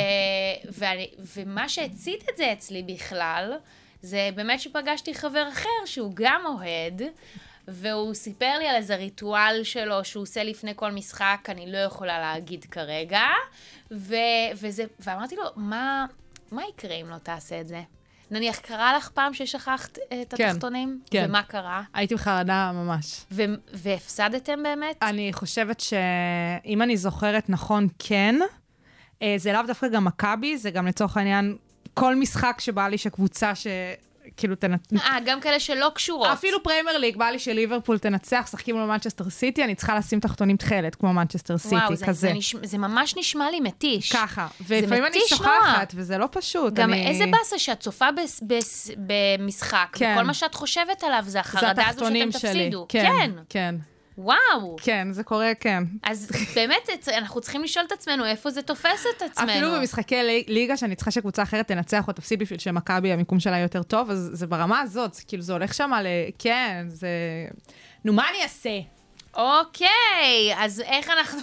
[SPEAKER 4] ואני... ומה שהצית את זה אצלי בכלל, זה באמת שפגשתי חבר אחר שהוא גם אוהד, והוא סיפר לי על איזה ריטואל שלו שהוא עושה לפני כל משחק, אני לא יכולה להגיד כרגע, ו... וזה... ואמרתי לו, מה... מה יקרה אם לא תעשה את זה? נניח, קרה לך פעם ששכחת אה, את
[SPEAKER 5] כן,
[SPEAKER 4] התחתונים?
[SPEAKER 5] כן.
[SPEAKER 4] ומה קרה?
[SPEAKER 5] הייתי בחרדה ממש.
[SPEAKER 4] ו... והפסדתם באמת?
[SPEAKER 5] אני חושבת שאם אני זוכרת נכון, כן. אה, זה לאו דווקא גם מכבי, זה גם לצורך העניין כל משחק שבא לי שקבוצה ש... כאילו תנת...
[SPEAKER 4] אה, גם כאלה שלא קשורות.
[SPEAKER 5] אפילו פריימר ליג, בא לי שליברפול תנצח, שחקים מול מנצ'סטר סיטי, אני צריכה לשים תחתונים תכלת, כמו מנצ'סטר סיטי,
[SPEAKER 4] וואו, זה,
[SPEAKER 5] כזה.
[SPEAKER 4] זה, נשמע, זה ממש נשמע לי מתיש.
[SPEAKER 5] ככה. ולפעמים אני
[SPEAKER 4] מתיש נורא.
[SPEAKER 5] שוכחת, וזה לא פשוט.
[SPEAKER 4] גם
[SPEAKER 5] אני...
[SPEAKER 4] איזה באסה שאת צופה בס, בס, במשחק,
[SPEAKER 5] כן.
[SPEAKER 4] וכל מה שאת חושבת עליו זה
[SPEAKER 5] זה
[SPEAKER 4] החרדה הזו שאתם
[SPEAKER 5] התחתונים שלי.
[SPEAKER 4] תפסידו.
[SPEAKER 5] כן,
[SPEAKER 4] כן.
[SPEAKER 5] כן,
[SPEAKER 4] וואו.
[SPEAKER 5] כן, זה קורה, כן.
[SPEAKER 4] אז באמת, את- אנחנו צריכים לשאול את עצמנו איפה זה תופס את עצמנו.
[SPEAKER 5] אפילו במשחקי לי- ליגה שאני צריכה שקבוצה אחרת תנצח או תפסיד בשביל שמכבי המיקום שלה יותר טוב, אז זה ברמה הזאת, זה כאילו זה הולך שם ל... כן, זה... נו, מה אני אעשה?
[SPEAKER 4] אוקיי, אז איך אנחנו...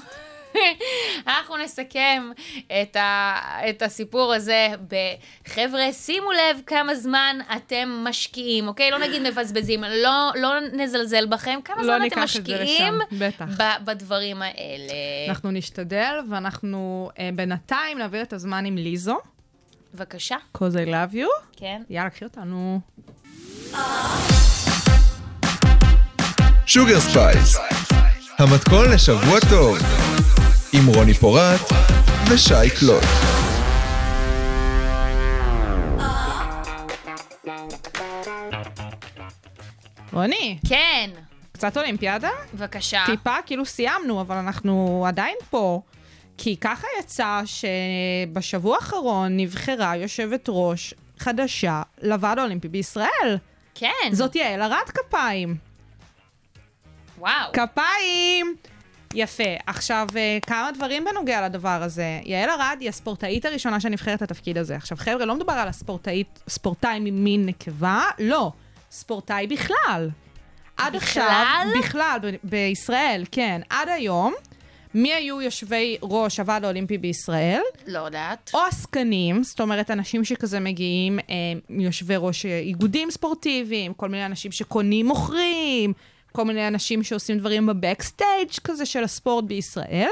[SPEAKER 4] אנחנו נסכם את, ה, את הסיפור הזה בחבר'ה, שימו לב כמה זמן אתם משקיעים, אוקיי? לא נגיד מבזבזים, לא, לא נזלזל בכם, כמה
[SPEAKER 5] לא
[SPEAKER 4] זמן
[SPEAKER 5] ניקח
[SPEAKER 4] אתם
[SPEAKER 5] את זה
[SPEAKER 4] משקיעים
[SPEAKER 5] לשם, בטח. נכון.
[SPEAKER 4] ב, בדברים האלה.
[SPEAKER 5] אנחנו נשתדל, ואנחנו אה, בינתיים נעביר את הזמן עם ליזו,
[SPEAKER 4] בבקשה,
[SPEAKER 5] cause I love you.
[SPEAKER 4] כן.
[SPEAKER 5] יאללה, קחי אותנו.
[SPEAKER 3] שוגר ספייס, המתכון לשבוע טוב, עם רוני פורט ושי קלוט.
[SPEAKER 5] רוני,
[SPEAKER 4] כן,
[SPEAKER 5] קצת אולימפיאדה?
[SPEAKER 4] בבקשה.
[SPEAKER 5] טיפה כאילו סיימנו, אבל אנחנו עדיין פה. כי ככה יצא שבשבוע האחרון נבחרה יושבת ראש חדשה לוועד האולימפי בישראל.
[SPEAKER 4] כן.
[SPEAKER 5] זאת יעל ארד כפיים.
[SPEAKER 4] וואו.
[SPEAKER 5] כפיים! יפה. עכשיו, אה, כמה דברים בנוגע לדבר הזה. יעל ארד היא הספורטאית הראשונה שנבחרת לתפקיד הזה. עכשיו, חבר'ה, לא מדובר על הספורטאית, ספורטאי ממין נקבה, לא. ספורטאי בכלל. עד עכשיו, בכלל, ב- בישראל, כן. עד היום, מי היו יושבי ראש הוועד האולימפי בישראל?
[SPEAKER 4] לא יודעת.
[SPEAKER 5] או עסקנים, זאת אומרת, אנשים שכזה מגיעים, אה, יושבי ראש אה, איגודים ספורטיביים, כל מיני אנשים שקונים, מוכרים, כל מיני אנשים שעושים דברים בבקסטייג' כזה של הספורט בישראל,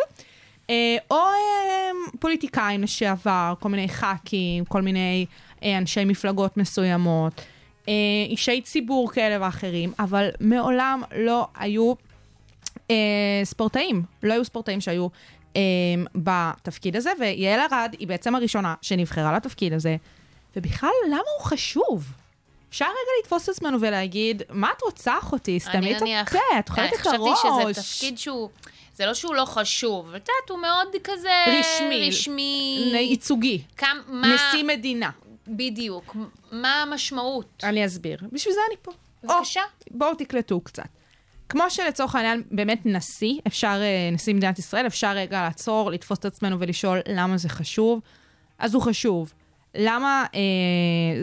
[SPEAKER 5] אה, או אה, פוליטיקאים לשעבר, כל מיני ח"כים, כל מיני אה, אנשי מפלגות מסוימות, אה, אישי ציבור כאלה ואחרים, אבל מעולם לא היו אה, ספורטאים, לא היו ספורטאים שהיו אה, בתפקיד הזה, ויעל ארד היא בעצם הראשונה שנבחרה לתפקיד הזה. ובכלל, למה הוא חשוב? אפשר רגע לתפוס את עצמנו ולהגיד, מה את רוצה אחותי? סתמי
[SPEAKER 4] אני
[SPEAKER 5] את
[SPEAKER 4] נניח-
[SPEAKER 5] הפה, את אוכלת את
[SPEAKER 4] אני
[SPEAKER 5] הראש.
[SPEAKER 4] חשבתי שזה תפקיד שהוא, זה לא שהוא לא חשוב, אבל את יודעת, הוא מאוד כזה...
[SPEAKER 5] רשמי.
[SPEAKER 4] רשמי.
[SPEAKER 5] ייצוגי.
[SPEAKER 4] כמה, מה,
[SPEAKER 5] נשיא מדינה.
[SPEAKER 4] בדיוק, מה המשמעות?
[SPEAKER 5] אני אסביר. בשביל זה אני פה.
[SPEAKER 4] בבקשה.
[SPEAKER 5] או, בואו תקלטו קצת. כמו שלצורך העניין באמת נשיא, אפשר, אה, נשיא מדינת ישראל, אפשר רגע לעצור, לתפוס את עצמנו ולשאול למה זה חשוב, אז הוא חשוב. למה, אה,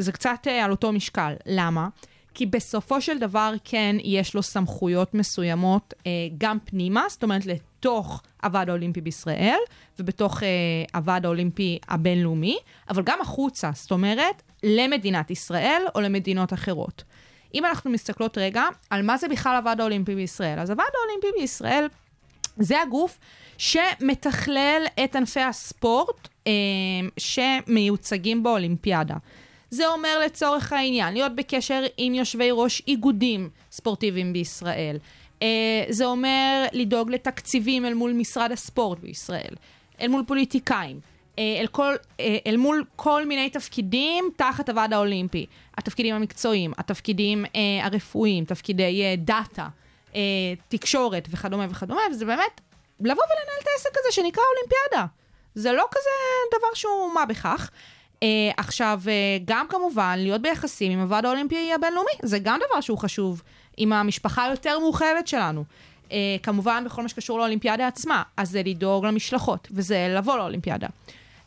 [SPEAKER 5] זה קצת אה, על אותו משקל. למה? כי בסופו של דבר כן יש לו סמכויות מסוימות אה, גם פנימה, זאת אומרת לתוך הוועד האולימפי בישראל ובתוך אה, הוועד האולימפי הבינלאומי, אבל גם החוצה, זאת אומרת למדינת ישראל או למדינות אחרות. אם אנחנו מסתכלות רגע על מה זה בכלל הוועד האולימפי בישראל, אז הוועד האולימפי בישראל זה הגוף שמתכלל את ענפי הספורט אה, שמיוצגים באולימפיאדה. זה אומר לצורך העניין להיות בקשר עם יושבי ראש איגודים ספורטיביים בישראל. אה, זה אומר לדאוג לתקציבים אל מול משרד הספורט בישראל, אל מול פוליטיקאים. אה, אל, כל, אה, אל מול כל מיני תפקידים תחת הוועד האולימפי. התפקידים המקצועיים, התפקידים אה, הרפואיים, תפקידי אה, דאטה, אה, תקשורת וכדומה וכדומה, וזה באמת לבוא ולנהל את העסק הזה שנקרא אולימפיאדה. זה לא כזה דבר שהוא מה בכך. אה, עכשיו, אה, גם כמובן להיות ביחסים עם הוועד האולימפי הבינלאומי, זה גם דבר שהוא חשוב, עם המשפחה היותר מורחבת שלנו. אה, כמובן, בכל מה שקשור לאולימפיאדה עצמה, אז זה לדאוג למשלחות, וזה לבוא לאולימפיאדה.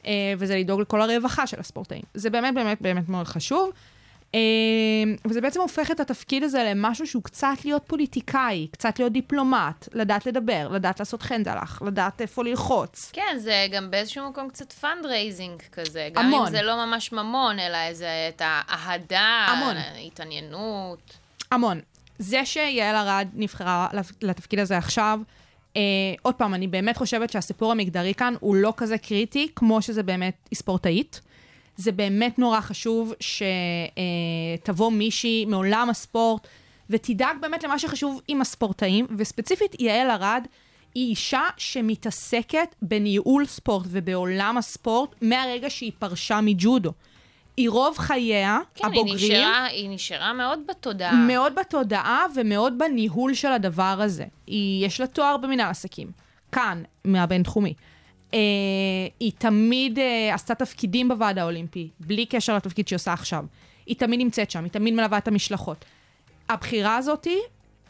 [SPEAKER 5] אה, וזה לדאוג לכל הרווחה של הספורטאים. זה באמת באמת באמת מאוד חשוב. אה, וזה בעצם הופך את התפקיד הזה למשהו שהוא קצת להיות פוליטיקאי, קצת להיות דיפלומט, לדעת לדבר, לדעת לעשות חנדלח, לדעת איפה ללחוץ.
[SPEAKER 4] כן, זה גם באיזשהו מקום קצת פאנדרייזינג כזה. גם
[SPEAKER 5] המון.
[SPEAKER 4] אם זה לא ממש ממון, אלא איזה, את האהדה,
[SPEAKER 5] המון.
[SPEAKER 4] התעניינות.
[SPEAKER 5] המון. זה שיעל ארד נבחרה לתפקיד הזה עכשיו, אה, עוד פעם, אני באמת חושבת שהסיפור המגדרי כאן הוא לא כזה קריטי כמו שזה באמת היא ספורטאית. זה באמת נורא חשוב שתבוא מישהי מעולם הספורט ותדאג באמת למה שחשוב עם הספורטאים, וספציפית יעל ארד היא אישה שמתעסקת בניהול ספורט ובעולם הספורט מהרגע שהיא פרשה מג'ודו. היא רוב חייה,
[SPEAKER 4] כן,
[SPEAKER 5] הבוגרים...
[SPEAKER 4] היא נשארה, היא נשארה מאוד בתודעה.
[SPEAKER 5] מאוד בתודעה ומאוד בניהול של הדבר הזה. היא, יש לה תואר במנהל עסקים, כאן, מהבינתחומי. אה, היא תמיד אה, עשתה תפקידים בוועד האולימפי, בלי קשר לתפקיד שהיא עושה עכשיו. היא תמיד נמצאת שם, היא תמיד מלווה את המשלחות. הבחירה הזאתי,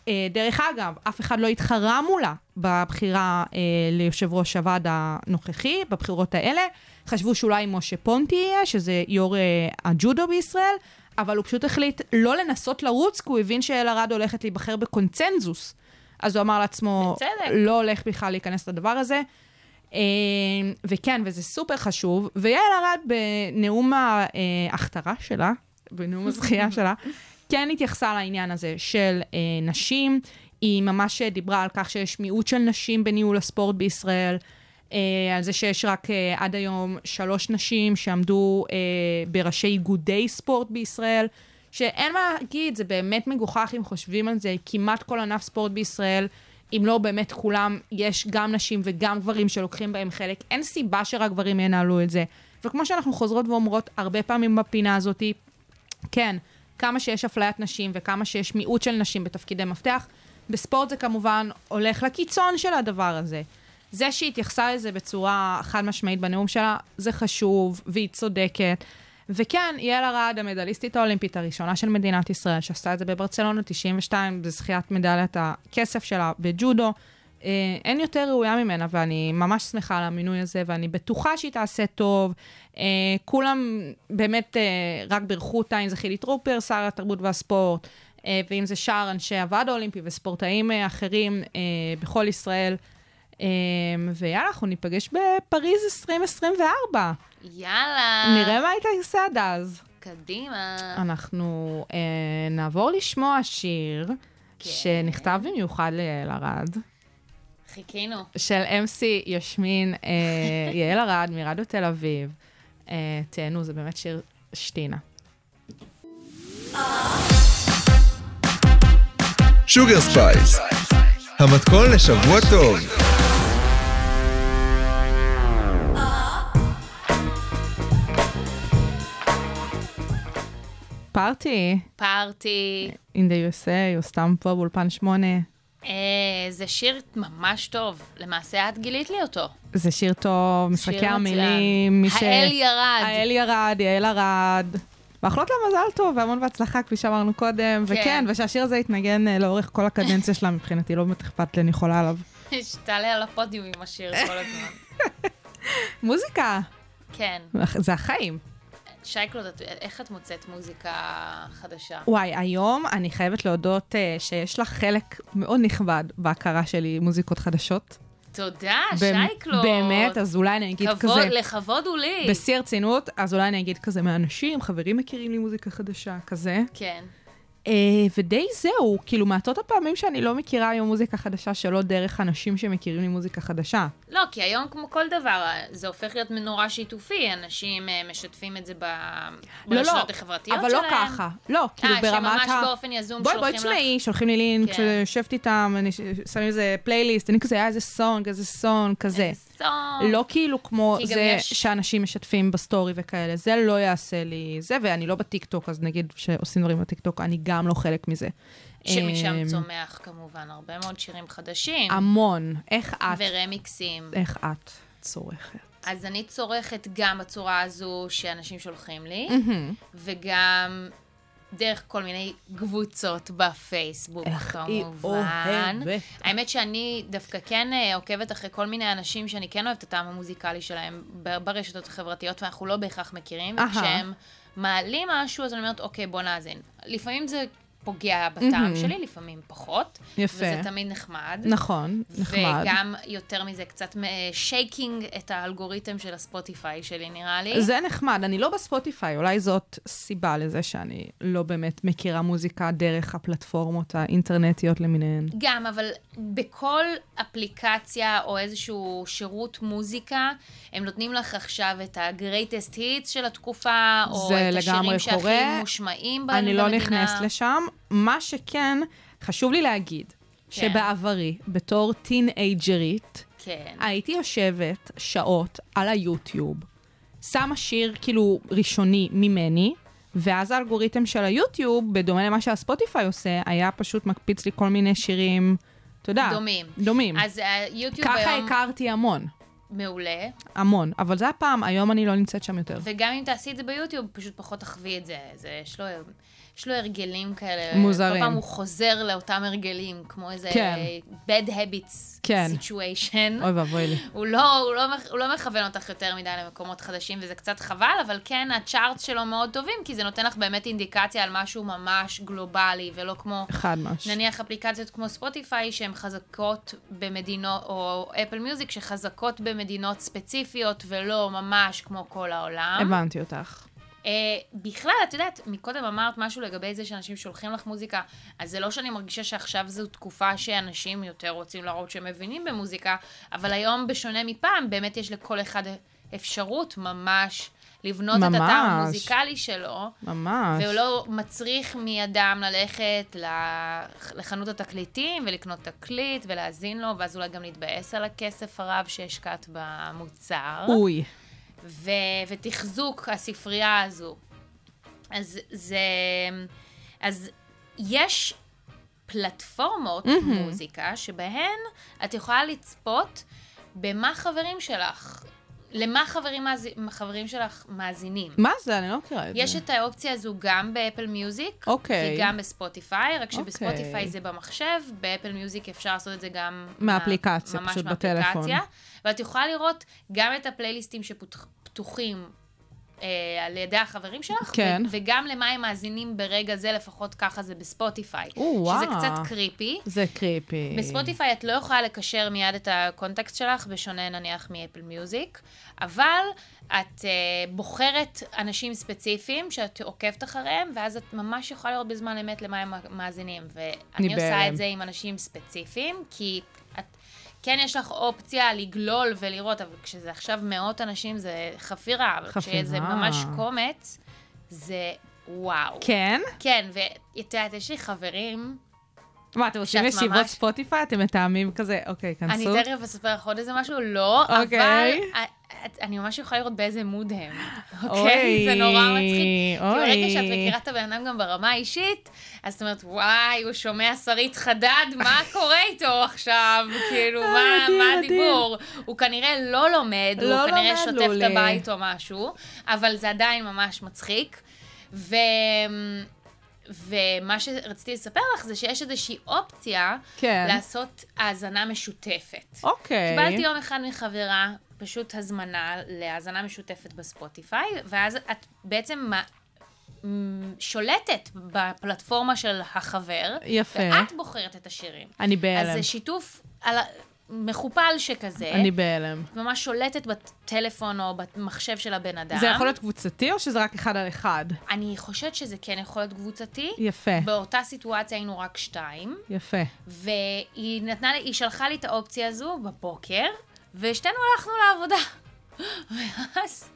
[SPEAKER 5] אה, דרך אגב, אף אחד לא התחרה מולה בבחירה אה, ליושב ראש הוועד הנוכחי, בבחירות האלה. חשבו שאולי משה פונטי יהיה, שזה יו"ר אה, הג'ודו בישראל, אבל הוא פשוט החליט לא לנסות לרוץ, כי הוא הבין שאלערד הולכת להיבחר בקונצנזוס. אז הוא אמר לעצמו,
[SPEAKER 4] בצדק.
[SPEAKER 5] לא הולך בכלל להיכנס לדבר הזה. אה, וכן, וזה סופר חשוב. ויעל ארד בנאום ההכתרה שלה, בנאום הזכייה שלה, כן התייחסה לעניין הזה של אה, נשים. היא ממש אה, דיברה על כך שיש מיעוט של נשים בניהול הספורט בישראל, אה, על זה שיש רק אה, עד היום שלוש נשים שעמדו אה, בראשי איגודי ספורט בישראל. שאין מה להגיד, זה באמת מגוחך אם חושבים על זה, כמעט כל ענף ספורט בישראל, אם לא באמת כולם, יש גם נשים וגם גברים שלוקחים בהם חלק, אין סיבה שרק גברים ינהלו את זה. וכמו שאנחנו חוזרות ואומרות הרבה פעמים בפינה הזאתי, כן, כמה שיש אפליית נשים וכמה שיש מיעוט של נשים בתפקידי מפתח, בספורט זה כמובן הולך לקיצון של הדבר הזה. זה שהיא התייחסה לזה בצורה חד משמעית בנאום שלה, זה חשוב, והיא צודקת. וכן, יעל ארד, המדליסטית האולימפית הראשונה של מדינת ישראל, שעשתה את זה בברצלונה 92, בזכיית מדליית הכסף שלה בג'ודו. אה, אין יותר ראויה ממנה, ואני ממש שמחה על המינוי הזה, ואני בטוחה שהיא תעשה טוב. אה, כולם באמת אה, רק בירכו אותה, אם זה חילי טרופר, שר התרבות והספורט, אה, ואם זה שאר אנשי הוועד האולימפי וספורטאים אה, אחרים אה, בכל ישראל. אה, ויאללה, אנחנו ניפגש בפריז 2024.
[SPEAKER 4] יאללה,
[SPEAKER 5] נראה מה הייתה עושה עד אז.
[SPEAKER 4] קדימה.
[SPEAKER 5] אנחנו אה, נעבור לשמוע שיר
[SPEAKER 4] כן.
[SPEAKER 5] שנכתב במיוחד אה, ליעל ארד,
[SPEAKER 4] חיכינו.
[SPEAKER 5] של MC ישמין אה, יעל ארד מרדיו תל אביב. אה, תהנו, זה באמת שיר שטינה.
[SPEAKER 3] שוגר ספייס, המתכון לשבוע טוב.
[SPEAKER 5] פארטי
[SPEAKER 4] פארטי.
[SPEAKER 5] in the USA, הוא סתם פה באולפן שמונה.
[SPEAKER 4] אה, זה שיר ממש טוב. למעשה את גילית לי אותו.
[SPEAKER 5] זה שיר טוב, משחקי
[SPEAKER 4] מצוין.
[SPEAKER 5] המילים, מי ש...
[SPEAKER 4] האל ירד.
[SPEAKER 5] האל ירד, יעל ארד. מאחלות לה מזל טוב והמון בהצלחה, כפי שאמרנו
[SPEAKER 4] כן.
[SPEAKER 5] קודם. וכן, ושהשיר הזה יתנגן אה, לאורך כל הקדנציה שלה מבחינתי, לא באמת אכפת לי, אני חולה עליו.
[SPEAKER 4] שתעלה על הפודיום עם השיר כל הזמן.
[SPEAKER 5] מוזיקה,
[SPEAKER 4] כן.
[SPEAKER 5] זה החיים.
[SPEAKER 4] שייקלוד, את- איך את מוצאת מוזיקה חדשה?
[SPEAKER 5] וואי, היום אני חייבת להודות אה, שיש לך חלק מאוד נכבד בהכרה שלי מוזיקות חדשות.
[SPEAKER 4] תודה,
[SPEAKER 5] במ-
[SPEAKER 4] שייקלוד.
[SPEAKER 5] באמת, אז אולי אני אגיד
[SPEAKER 4] אה, כבוד-
[SPEAKER 5] כזה...
[SPEAKER 4] לכבוד הוא לי.
[SPEAKER 5] בשיא הרצינות, אז אולי אני אגיד כזה מהאנשים, חברים מכירים לי מוזיקה חדשה, כזה.
[SPEAKER 4] כן.
[SPEAKER 5] אה, ודי זהו, כאילו מעטות הפעמים שאני לא מכירה היום מוזיקה חדשה שלא דרך אנשים שמכירים לי מוזיקה חדשה.
[SPEAKER 4] לא, כי היום כמו כל דבר, זה הופך להיות נורא שיתופי, אנשים אה, משתפים את זה ב-
[SPEAKER 5] לא, לא,
[SPEAKER 4] ברשתות החברתיות
[SPEAKER 5] אבל
[SPEAKER 4] שלהם.
[SPEAKER 5] לא ככה. לא, כאילו
[SPEAKER 4] אה,
[SPEAKER 5] ברמת ה...
[SPEAKER 4] שממש באופן יזום
[SPEAKER 5] בואי, בואי
[SPEAKER 4] שולחים
[SPEAKER 5] תשמעי, שולחים לי לינק,
[SPEAKER 4] כן.
[SPEAKER 5] כשיושבת איתם, אני ש- שמים איזה פלייליסט, אני כזה, אה, איזה סונג, איזה סונג, כזה.
[SPEAKER 4] סונג.
[SPEAKER 5] לא כאילו כמו
[SPEAKER 4] כי גם
[SPEAKER 5] זה
[SPEAKER 4] יש-
[SPEAKER 5] שאנשים משתפים בסטורי וכאלה, זה לא יעשה לי זה, ואני לא בטיקטוק, אז נגיד שעושים דברים בטיקטוק, אני גם לא חלק מזה.
[SPEAKER 4] כן. שמשם
[SPEAKER 5] אמ,
[SPEAKER 4] צומח כמובן הרבה מאוד שירים חדשים.
[SPEAKER 5] המון. איך את,
[SPEAKER 4] ורמיקסים.
[SPEAKER 5] איך את צורכת?
[SPEAKER 4] אז אני צורכת גם בצורה הזו שאנשים שולחים לי,
[SPEAKER 5] מהמם.
[SPEAKER 4] וגם דרך כל מיני קבוצות בפייסבוק,
[SPEAKER 5] איך היא
[SPEAKER 4] כמובן.
[SPEAKER 5] אוהבת.
[SPEAKER 4] האמת שאני דווקא כן אה, עוקבת אחרי כל מיני אנשים שאני כן אוהבת את הטעם המוזיקלי שלהם ב- ברשתות החברתיות, ואנחנו לא בהכרח מכירים,
[SPEAKER 5] אהה.
[SPEAKER 4] וכשהם מעלים משהו, אז אני אומרת, אוקיי, בוא נאזין. לפעמים זה פוגע בטעם שלי, לפעמים פחות.
[SPEAKER 5] יפה.
[SPEAKER 4] וזה תמיד נחמד.
[SPEAKER 5] נכון, נחמד.
[SPEAKER 4] וגם יותר מזה, קצת שייקינג את האלגוריתם של הספוטיפיי שלי, נראה לי.
[SPEAKER 5] זה נחמד, אני לא בספוטיפיי, אולי זאת סיבה לזה שאני לא באמת מכירה מוזיקה דרך הפלטפורמות האינטרנטיות למיניהן.
[SPEAKER 4] גם, אבל בכל אפליקציה או איזשהו שירות מוזיקה, הם נותנים לך עכשיו את ה-greatest hits של התקופה, או
[SPEAKER 5] זה
[SPEAKER 4] את
[SPEAKER 5] לגמרי
[SPEAKER 4] השירים שהכי
[SPEAKER 5] קורה.
[SPEAKER 4] מושמעים בנו
[SPEAKER 5] אני
[SPEAKER 4] במדינה.
[SPEAKER 5] לא נכנסת לשם. מה שכן, חשוב לי להגיד,
[SPEAKER 4] כן.
[SPEAKER 5] שבעברי, בתור טינאייג'רית,
[SPEAKER 4] כן.
[SPEAKER 5] הייתי יושבת שעות על היוטיוב, שמה שיר כאילו ראשוני ממני, ואז האלגוריתם של היוטיוב, בדומה למה שהספוטיפיי עושה, היה פשוט מקפיץ לי כל מיני שירים, אתה יודע,
[SPEAKER 4] דומים.
[SPEAKER 5] אה, דומים.
[SPEAKER 4] אז היוטיוב
[SPEAKER 5] ככה
[SPEAKER 4] היום
[SPEAKER 5] הכרתי המון,
[SPEAKER 4] מעולה,
[SPEAKER 5] המון, אבל זה הפעם, היום אני לא נמצאת שם יותר.
[SPEAKER 4] וגם אם תעשי את זה ביוטיוב, פשוט פחות תחווי את זה. זה יש, לו, יש לו הרגלים כאלה.
[SPEAKER 5] מוזרים.
[SPEAKER 4] כל פעם הוא חוזר לאותם הרגלים, כמו איזה
[SPEAKER 5] כן.
[SPEAKER 4] bad habits
[SPEAKER 5] כן.
[SPEAKER 4] situation.
[SPEAKER 5] אוי ואבוי לי.
[SPEAKER 4] הוא לא, הוא, לא, מכ- הוא לא מכוון אותך יותר מדי למקומות חדשים, וזה קצת חבל, אבל כן, הצ'ארטס שלו מאוד טובים, כי זה נותן לך באמת אינדיקציה על משהו ממש גלובלי, ולא כמו,
[SPEAKER 5] חד מש.
[SPEAKER 4] נניח אפליקציות כמו ספוטיפיי, שהן חזקות במדינות, או אפל מיוזיק, שחזקות במדינות ספציפיות, ולא ממש כמו כל העולם.
[SPEAKER 5] הבנתי אותך.
[SPEAKER 4] אה, בכלל, את יודעת, מקודם אמרת משהו לגבי זה שאנשים שולחים לך מוזיקה, אז זה לא שאני מרגישה שעכשיו זו תקופה שאנשים יותר רוצים להראות שהם מבינים במוזיקה, אבל היום, בשונה מפעם, באמת יש לכל אחד אפשרות ממש לבנות את
[SPEAKER 5] ממש.
[SPEAKER 4] הטעם המוזיקלי שלו.
[SPEAKER 5] ממש.
[SPEAKER 4] והוא לא מצריך מאדם ללכת ל- לחנות התקליטים ולקנות תקליט ולהאזין לו, ואז אולי גם להתבאס על הכסף הרב שהשקעת במוצר.
[SPEAKER 5] אוי.
[SPEAKER 4] ו- ותחזוק הספרייה הזו. אז זה... אז יש פלטפורמות mm-hmm. מוזיקה שבהן את יכולה לצפות במה חברים שלך, למה חברים, מאזי... חברים שלך מאזינים.
[SPEAKER 5] מה זה? אני לא מכירה את זה.
[SPEAKER 4] יש את האופציה הזו גם באפל מיוזיק,
[SPEAKER 5] אוקיי.
[SPEAKER 4] וגם בספוטיפיי, רק שבספוטיפיי
[SPEAKER 5] אוקיי.
[SPEAKER 4] זה במחשב, באפל מיוזיק אפשר לעשות את זה גם...
[SPEAKER 5] מהאפליקציה,
[SPEAKER 4] מה- ממש
[SPEAKER 5] פשוט בטלפון.
[SPEAKER 4] מהאפליקציה. ואת יכולה לראות גם את הפלייליסטים שפתוחים אה, על ידי החברים שלך,
[SPEAKER 5] כן.
[SPEAKER 4] ו- וגם למה הם מאזינים ברגע זה, לפחות ככה זה בספוטיפיי.
[SPEAKER 5] או,
[SPEAKER 4] שזה
[SPEAKER 5] וואו.
[SPEAKER 4] קצת קריפי.
[SPEAKER 5] זה קריפי.
[SPEAKER 4] בספוטיפיי את לא יכולה לקשר מיד את הקונטקסט שלך, בשונה נניח מאפל מיוזיק, אבל את uh, בוחרת אנשים ספציפיים שאת עוקבת אחריהם, ואז את ממש יכולה לראות בזמן אמת למה הם מאזינים. ואני
[SPEAKER 5] אני
[SPEAKER 4] עושה
[SPEAKER 5] בהלם.
[SPEAKER 4] את זה עם אנשים ספציפיים, כי את... כן, יש לך אופציה לגלול ולראות, אבל כשזה עכשיו מאות אנשים זה חפירה, אבל כשזה
[SPEAKER 5] חפירה.
[SPEAKER 4] ממש קומץ, זה וואו.
[SPEAKER 5] כן?
[SPEAKER 4] כן, ואת יודעת, יש לי חברים
[SPEAKER 5] מה, אתם עושים
[SPEAKER 4] שאת
[SPEAKER 5] ישיבות
[SPEAKER 4] ממש-
[SPEAKER 5] ספוטיפיי? אתם מתאמים כזה? אוקיי,
[SPEAKER 4] אני
[SPEAKER 5] כנסו.
[SPEAKER 4] תכף אספר לך עוד איזה משהו, לא, אבל
[SPEAKER 5] אוקיי.
[SPEAKER 4] א- את- אני ממש יכולה לראות באיזה מוד הם.
[SPEAKER 5] אוי,
[SPEAKER 4] אוקיי? זה נורא מצחיק. כי ברגע
[SPEAKER 5] אוי.
[SPEAKER 4] שאת מכירה את הבן אדם גם ברמה האישית, אז את אומרת, וואי, הוא שומע שרית חדד, מה קורה איתו עכשיו? כאילו,
[SPEAKER 5] אה,
[SPEAKER 4] מה-
[SPEAKER 5] מדהים,
[SPEAKER 4] מה
[SPEAKER 5] מדהים.
[SPEAKER 4] הדיבור? הוא כנראה לא לומד,
[SPEAKER 5] לא
[SPEAKER 4] הוא כנראה
[SPEAKER 5] לומד,
[SPEAKER 4] שוטף את
[SPEAKER 5] לולי.
[SPEAKER 4] הבית או משהו, אבל זה עדיין ממש מצחיק. ו...
[SPEAKER 5] כן.
[SPEAKER 4] ומה שרציתי לספר לך זה שיש איזושהי אופציה
[SPEAKER 5] כן.
[SPEAKER 4] לעשות האזנה משותפת.
[SPEAKER 5] אוקיי.
[SPEAKER 4] קיבלתי יום אחד מחברה פשוט הזמנה להאזנה משותפת בספוטיפיי, ואז את בעצם מה- מ- שולטת בפלטפורמה של החבר.
[SPEAKER 5] יפה.
[SPEAKER 4] ואת בוחרת את השירים.
[SPEAKER 5] אני בהלם.
[SPEAKER 4] אז זה שיתוף על... ה- מכופל שכזה,
[SPEAKER 5] אני בהלם.
[SPEAKER 4] ממש שולטת בטלפון או במחשב של הבן אדם.
[SPEAKER 5] זה יכול להיות קבוצתי או שזה רק אחד על אחד?
[SPEAKER 4] אני חושבת שזה כן יכול להיות קבוצתי.
[SPEAKER 5] יפה,
[SPEAKER 4] באותה סיטואציה היינו רק שתיים,
[SPEAKER 5] יפה.
[SPEAKER 4] והיא נתנה לי, היא שלחה לי את האופציה הזו בבוקר, ושתינו הלכנו לעבודה. ואז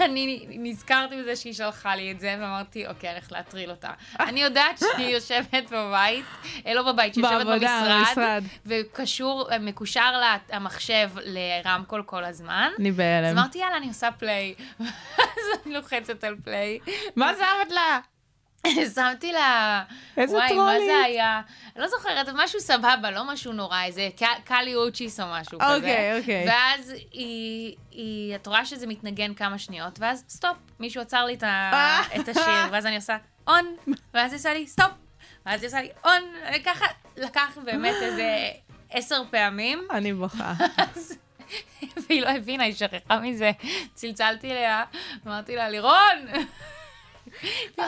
[SPEAKER 4] אני נזכרתי בזה שהיא שלחה לי את זה, ואמרתי, אוקיי, אני הולכת להטריל אותה. אני יודעת שהיא יושבת בבית, אה, לא בבית, שהיא יושבת
[SPEAKER 5] בעבודה,
[SPEAKER 4] במשרד,
[SPEAKER 5] במשרד.
[SPEAKER 4] וקשור, מקושר לה המחשב לרמקול כל הזמן.
[SPEAKER 5] אני
[SPEAKER 4] אז
[SPEAKER 5] בהלם.
[SPEAKER 4] אמרתי, יאללה, אני עושה פליי. אז אני לוחצת על פליי.
[SPEAKER 5] מה זה אמרת לה?
[SPEAKER 4] שמתי לה...
[SPEAKER 5] איזה
[SPEAKER 4] וואי, מה
[SPEAKER 5] טרולית.
[SPEAKER 4] זה היה? אני לא זוכרת, אבל משהו סבבה, לא משהו נורא, איזה ק- קלי אוצ'יס או משהו כזה.
[SPEAKER 5] אוקיי, אוקיי.
[SPEAKER 4] ואז היא, היא, את רואה שזה מתנגן כמה שניות, ואז סטופ, מישהו עצר לי את, ה,
[SPEAKER 5] אה.
[SPEAKER 4] את השיר, ואז אני עושה און, ואז היא עושה לי סטופ, ואז היא עושה לי און, וככה לקח באמת איזה עשר פעמים.
[SPEAKER 5] אני בוכה.
[SPEAKER 4] והיא לא הבינה, היא שכחה מזה. צלצלתי אליה, אמרתי לה, לירון! את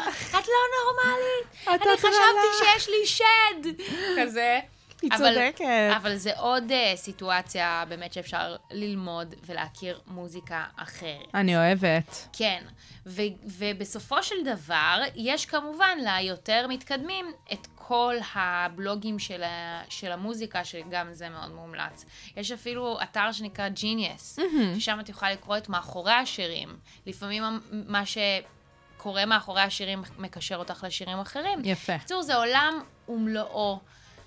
[SPEAKER 4] לא נורמלית,
[SPEAKER 5] את
[SPEAKER 4] אני
[SPEAKER 5] הטרלה."
[SPEAKER 4] חשבתי שיש לי שד! כזה.
[SPEAKER 5] היא
[SPEAKER 4] אבל-
[SPEAKER 5] צודקת.
[SPEAKER 4] אבל זה עוד אה, סיטואציה באמת שאפשר ללמוד ולהכיר מוזיקה אחרת.
[SPEAKER 5] אני אוהבת.
[SPEAKER 4] כן, ו- ובסופו של דבר, יש כמובן ליותר מתקדמים את כל הבלוגים של, ה- של המוזיקה, שגם זה מאוד מומלץ. יש אפילו אתר שנקרא Genius, ששם את יכולה לקרוא את מאחורי השירים. לפעמים המ- מה שקורה מאחורי השירים מקשר אותך לשירים אחרים.
[SPEAKER 5] יפה.
[SPEAKER 4] בקיצור, זה עולם ומלואו.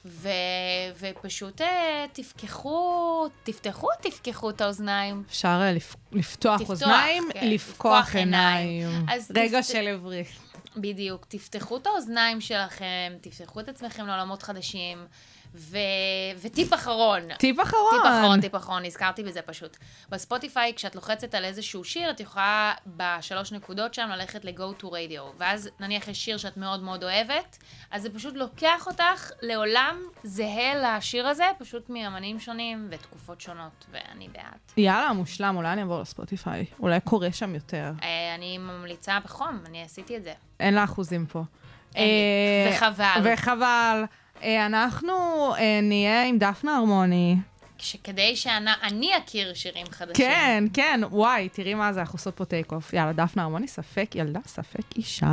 [SPEAKER 4] ו... ופשוט אה, תפקחו, תפתחו, תפקחו את האוזניים.
[SPEAKER 5] אפשר אה, לפ- לפתוח
[SPEAKER 4] לפתוח,
[SPEAKER 5] אוזניים,
[SPEAKER 4] כן,
[SPEAKER 5] לפקוח
[SPEAKER 4] לפקוח עיניים.
[SPEAKER 5] עיניים.
[SPEAKER 4] אז
[SPEAKER 5] רגע
[SPEAKER 4] תפת-
[SPEAKER 5] של עברית.
[SPEAKER 4] בדיוק. תפתחו את האוזניים שלכם, תפתחו את עצמכם לעולמות חדשים, ו... וטיפ אחרון.
[SPEAKER 5] טיפ אחרון.
[SPEAKER 4] טיפ אחרון, טיפ אחרון, נזכרתי בזה פשוט. בספוטיפיי, כשאת לוחצת על איזשהו שיר, את יכולה בשלוש נקודות שם ללכת ל-go to radio, ואז נניח יש שיר שאת מאוד מאוד אוהבת, אז זה פשוט לוקח אותך לעולם זהה לשיר הזה, פשוט מאמנים שונים ותקופות שונות, ואני בעד.
[SPEAKER 5] יאללה, מושלם, אולי אני אעבור לספוטיפיי. אולי קורה שם יותר.
[SPEAKER 4] אה, אני ממליצה בחום, אני עשיתי את זה.
[SPEAKER 5] אין לה אחוזים פה.
[SPEAKER 4] אין לי.
[SPEAKER 5] אה,
[SPEAKER 4] וחבל.
[SPEAKER 5] וחבל. אה, אנחנו אה, נהיה עם דפנה הרמוני.
[SPEAKER 4] שכדי שאני אכיר שירים חדשים.
[SPEAKER 5] כן, כן, וואי, תראי מה זה, אנחנו עושות פה טייק אוף. יאללה, דפנה הרמוני, ספק ילדה, ספק אישה.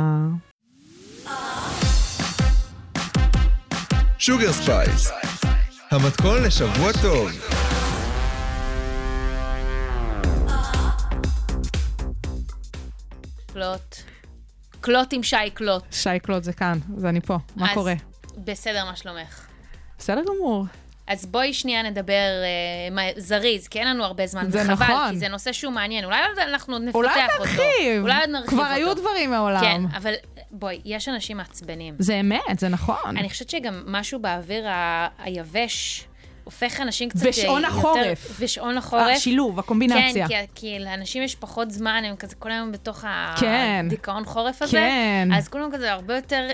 [SPEAKER 3] שוגר ספייס, המתכון לשבוע טוב.
[SPEAKER 4] קלוט. קלוט עם שי קלוט.
[SPEAKER 5] שי קלוט זה כאן, אז אני פה, מה
[SPEAKER 4] אז-
[SPEAKER 5] קורה?
[SPEAKER 4] בסדר, מה שלומך?
[SPEAKER 5] בסדר גמור.
[SPEAKER 4] אז בואי שנייה נדבר אה, מה- זריז, כי אין לנו הרבה זמן,
[SPEAKER 5] זה
[SPEAKER 4] וחבל,
[SPEAKER 5] נכון.
[SPEAKER 4] כי זה נושא שהוא מעניין. אולי עוד אנחנו נפתח
[SPEAKER 5] אולי
[SPEAKER 4] אותו.
[SPEAKER 5] נרחיב.
[SPEAKER 4] אולי עוד נרחיב
[SPEAKER 5] כבר
[SPEAKER 4] אותו.
[SPEAKER 5] היו דברים מעולם.
[SPEAKER 4] כן, אבל בואי, יש אנשים מעצבנים.
[SPEAKER 5] זה אמת, זה נכון.
[SPEAKER 4] אני חושבת שגם משהו באוויר ה- היבש הופך אנשים קצת... אה,
[SPEAKER 5] ושעון
[SPEAKER 4] יותר-
[SPEAKER 5] החורף.
[SPEAKER 4] ושעון החורף.
[SPEAKER 5] השילוב, אה, הקומבינציה.
[SPEAKER 4] כן, כי, כי לאנשים יש פחות זמן, הם כזה כל היום בתוך
[SPEAKER 5] כן.
[SPEAKER 4] הדיכאון חורף הזה.
[SPEAKER 5] כן.
[SPEAKER 4] אז כולם כזה הרבה יותר...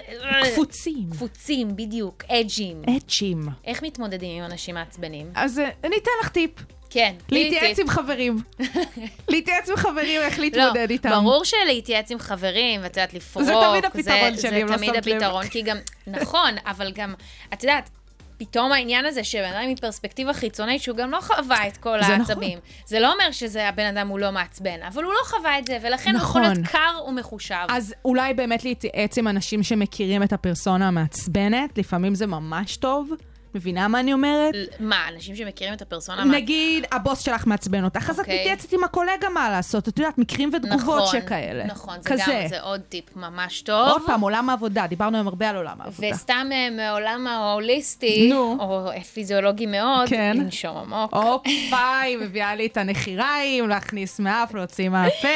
[SPEAKER 5] קפוצים,
[SPEAKER 4] קפוצים, בדיוק, אג'ים.
[SPEAKER 5] אצ'ים.
[SPEAKER 4] איך מתמודדים עם אנשים מעצבנים?
[SPEAKER 5] אז אה, אני אתן לך טיפ.
[SPEAKER 4] כן, תני לי
[SPEAKER 5] להתייעץ
[SPEAKER 4] טיפ.
[SPEAKER 5] עם חברים. להתייעץ עם חברים, איך להתמודד
[SPEAKER 4] לא,
[SPEAKER 5] איתם.
[SPEAKER 4] ברור שלהתייעץ עם חברים, ואת יודעת, לפרוק.
[SPEAKER 5] תמיד הפתרון
[SPEAKER 4] זה,
[SPEAKER 5] שלי,
[SPEAKER 4] זה
[SPEAKER 5] אם לא
[SPEAKER 4] תמיד
[SPEAKER 5] שמת לב.
[SPEAKER 4] הפתרון, כי גם, נכון, אבל גם, את יודעת, פתאום העניין הזה שבן אדם מפרספקטיבה חיצונית, שהוא גם לא חווה את כל
[SPEAKER 5] זה נכון.
[SPEAKER 4] העצבים. זה לא אומר שזה הבן אדם הוא לא מעצבן, אבל הוא לא חווה את זה, ולכן הוא יכול
[SPEAKER 5] נכון.
[SPEAKER 4] להיות קר ומחושב.
[SPEAKER 5] אז אולי באמת להתייעץ עם אנשים שמכירים את הפרסונה המעצבנת, לפעמים זה ממש טוב. מבינה מה אני אומרת?
[SPEAKER 4] מה, אנשים שמכירים את הפרסונה, מה-
[SPEAKER 5] נגיד, הבוס שלך מעצבן אותך, אז את
[SPEAKER 4] אוקיי.
[SPEAKER 5] מתייעצת עם הקולגה מה לעשות, את יודעת, מקרים ותגובות
[SPEAKER 4] נכון,
[SPEAKER 5] שכאלה.
[SPEAKER 4] נכון, זה
[SPEAKER 5] כזה.
[SPEAKER 4] גם, זה עוד טיפ ממש טוב.
[SPEAKER 5] עוד פעם, עולם העבודה, דיברנו היום הרבה על עולם העבודה.
[SPEAKER 4] וסתם אה, מעולם ההוליסטי,
[SPEAKER 5] נו.
[SPEAKER 4] או פיזיולוגי מאוד,
[SPEAKER 5] כן.
[SPEAKER 4] לנשום עמוק.
[SPEAKER 5] הופה, היא מביאה לי את הנחיריים, להכניס מאף, להוציא מהפה.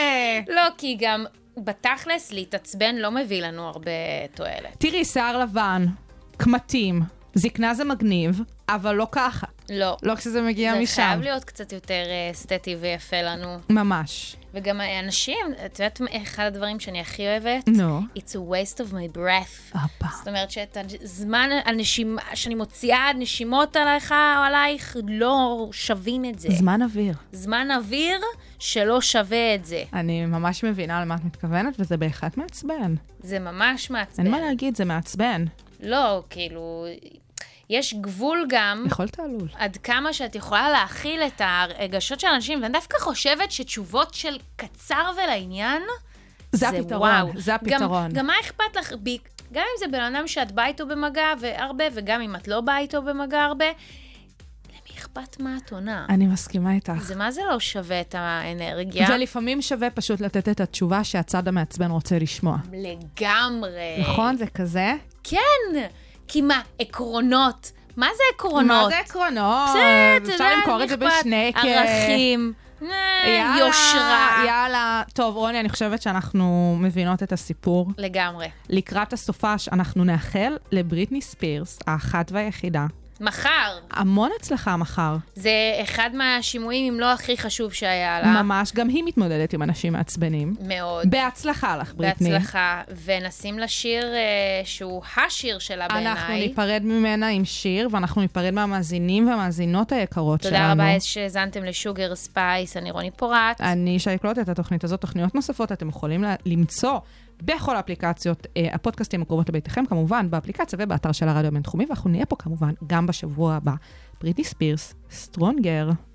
[SPEAKER 4] לא, כי גם בתכלס להתעצבן לא מביא לנו הרבה תועלת.
[SPEAKER 5] תראי, שיער לבן, קמטים, זקנה זה מגניב, אבל לא ככה.
[SPEAKER 4] לא.
[SPEAKER 5] לא כשזה מגיע
[SPEAKER 4] זה
[SPEAKER 5] משם.
[SPEAKER 4] חייב להיות קצת יותר אה, אסתטי ויפה לנו.
[SPEAKER 5] ממש.
[SPEAKER 4] וגם האנשים, את יודעת מה אחד הדברים שאני הכי אוהבת?
[SPEAKER 5] נו.
[SPEAKER 4] It's a waste of my breath.
[SPEAKER 5] הופה.
[SPEAKER 4] זאת אומרת שאת הזמן, הנשימה, שאני מוציאה נשימות עליך או עלייך, לא שווים את זה.
[SPEAKER 5] זמן אוויר.
[SPEAKER 4] זמן אוויר שלא שווה את זה.
[SPEAKER 5] אני ממש מבינה למה את מתכוונת, וזה בהחלט מעצבן.
[SPEAKER 4] זה ממש מעצבן.
[SPEAKER 5] אין מה להגיד, זה מעצבן.
[SPEAKER 4] לא, כאילו, יש גבול גם
[SPEAKER 5] לכל תעלול.
[SPEAKER 4] עד כמה שאת יכולה להכיל את הרגשות של אנשים, ואני דווקא חושבת שתשובות של קצר ולעניין,
[SPEAKER 5] זה הפתרון,
[SPEAKER 4] וואו.
[SPEAKER 5] זה הפתרון.
[SPEAKER 4] גם, גם מה אכפת לך, ב- גם אם זה בן אדם שאת באה איתו במגע והרבה, וגם אם את לא באה איתו במגע הרבה, למי אכפת מה את עונה?
[SPEAKER 5] אני מסכימה איתך.
[SPEAKER 4] זה מה זה לא שווה את האנרגיה?
[SPEAKER 5] ולפעמים שווה פשוט לתת את התשובה שהצד המעצבן רוצה לשמוע.
[SPEAKER 4] לגמרי.
[SPEAKER 5] נכון? זה כזה?
[SPEAKER 4] כן, כי מה, עקרונות. מה זה עקרונות?
[SPEAKER 5] מה זה עקרונות?
[SPEAKER 4] קצת,
[SPEAKER 5] אפשר
[SPEAKER 4] יודעת,
[SPEAKER 5] למכור את זה
[SPEAKER 4] מי אכפת?
[SPEAKER 5] בשני כ...
[SPEAKER 4] ערכים, אה,
[SPEAKER 5] יאללה,
[SPEAKER 4] יושרה.
[SPEAKER 5] יאללה. טוב, רוני, אני חושבת שאנחנו מבינות את הסיפור.
[SPEAKER 4] לגמרי.
[SPEAKER 5] לקראת הסופש אנחנו נאחל לבריטני ספירס, האחת והיחידה,
[SPEAKER 4] מחר,
[SPEAKER 5] המון הצלחה מחר.
[SPEAKER 4] זה אחד מהשימועים, אם לא הכי חשוב שהיה לה.
[SPEAKER 5] ממש, גם היא מתמודדת עם אנשים מעצבנים.
[SPEAKER 4] מאוד.
[SPEAKER 5] בהצלחה לך, בריטני.
[SPEAKER 4] בהצלחה, ונשים לה שיר אה, שהוא השיר שלה בעיניי.
[SPEAKER 5] אנחנו ניפרד ממנה עם שיר, ואנחנו ניפרד מהמאזינים והמאזינות היקרות שלנו.
[SPEAKER 4] תודה רבה שהאזנתם לשוגר ספייס, אני רוני פורט.
[SPEAKER 5] אני שי קלוט את התוכנית הזאת, תוכניות נוספות אתם יכולים ל- למצוא בכל האפליקציות, אה, הפודקאסטים הקרובות לביתכם, כמובן, באפליקציה ובאתר של הרדיו הבינתחומי, ואנחנו נהיה פה כמובן גם בשבוע הבא. בריטני ספירס, סטרונגר.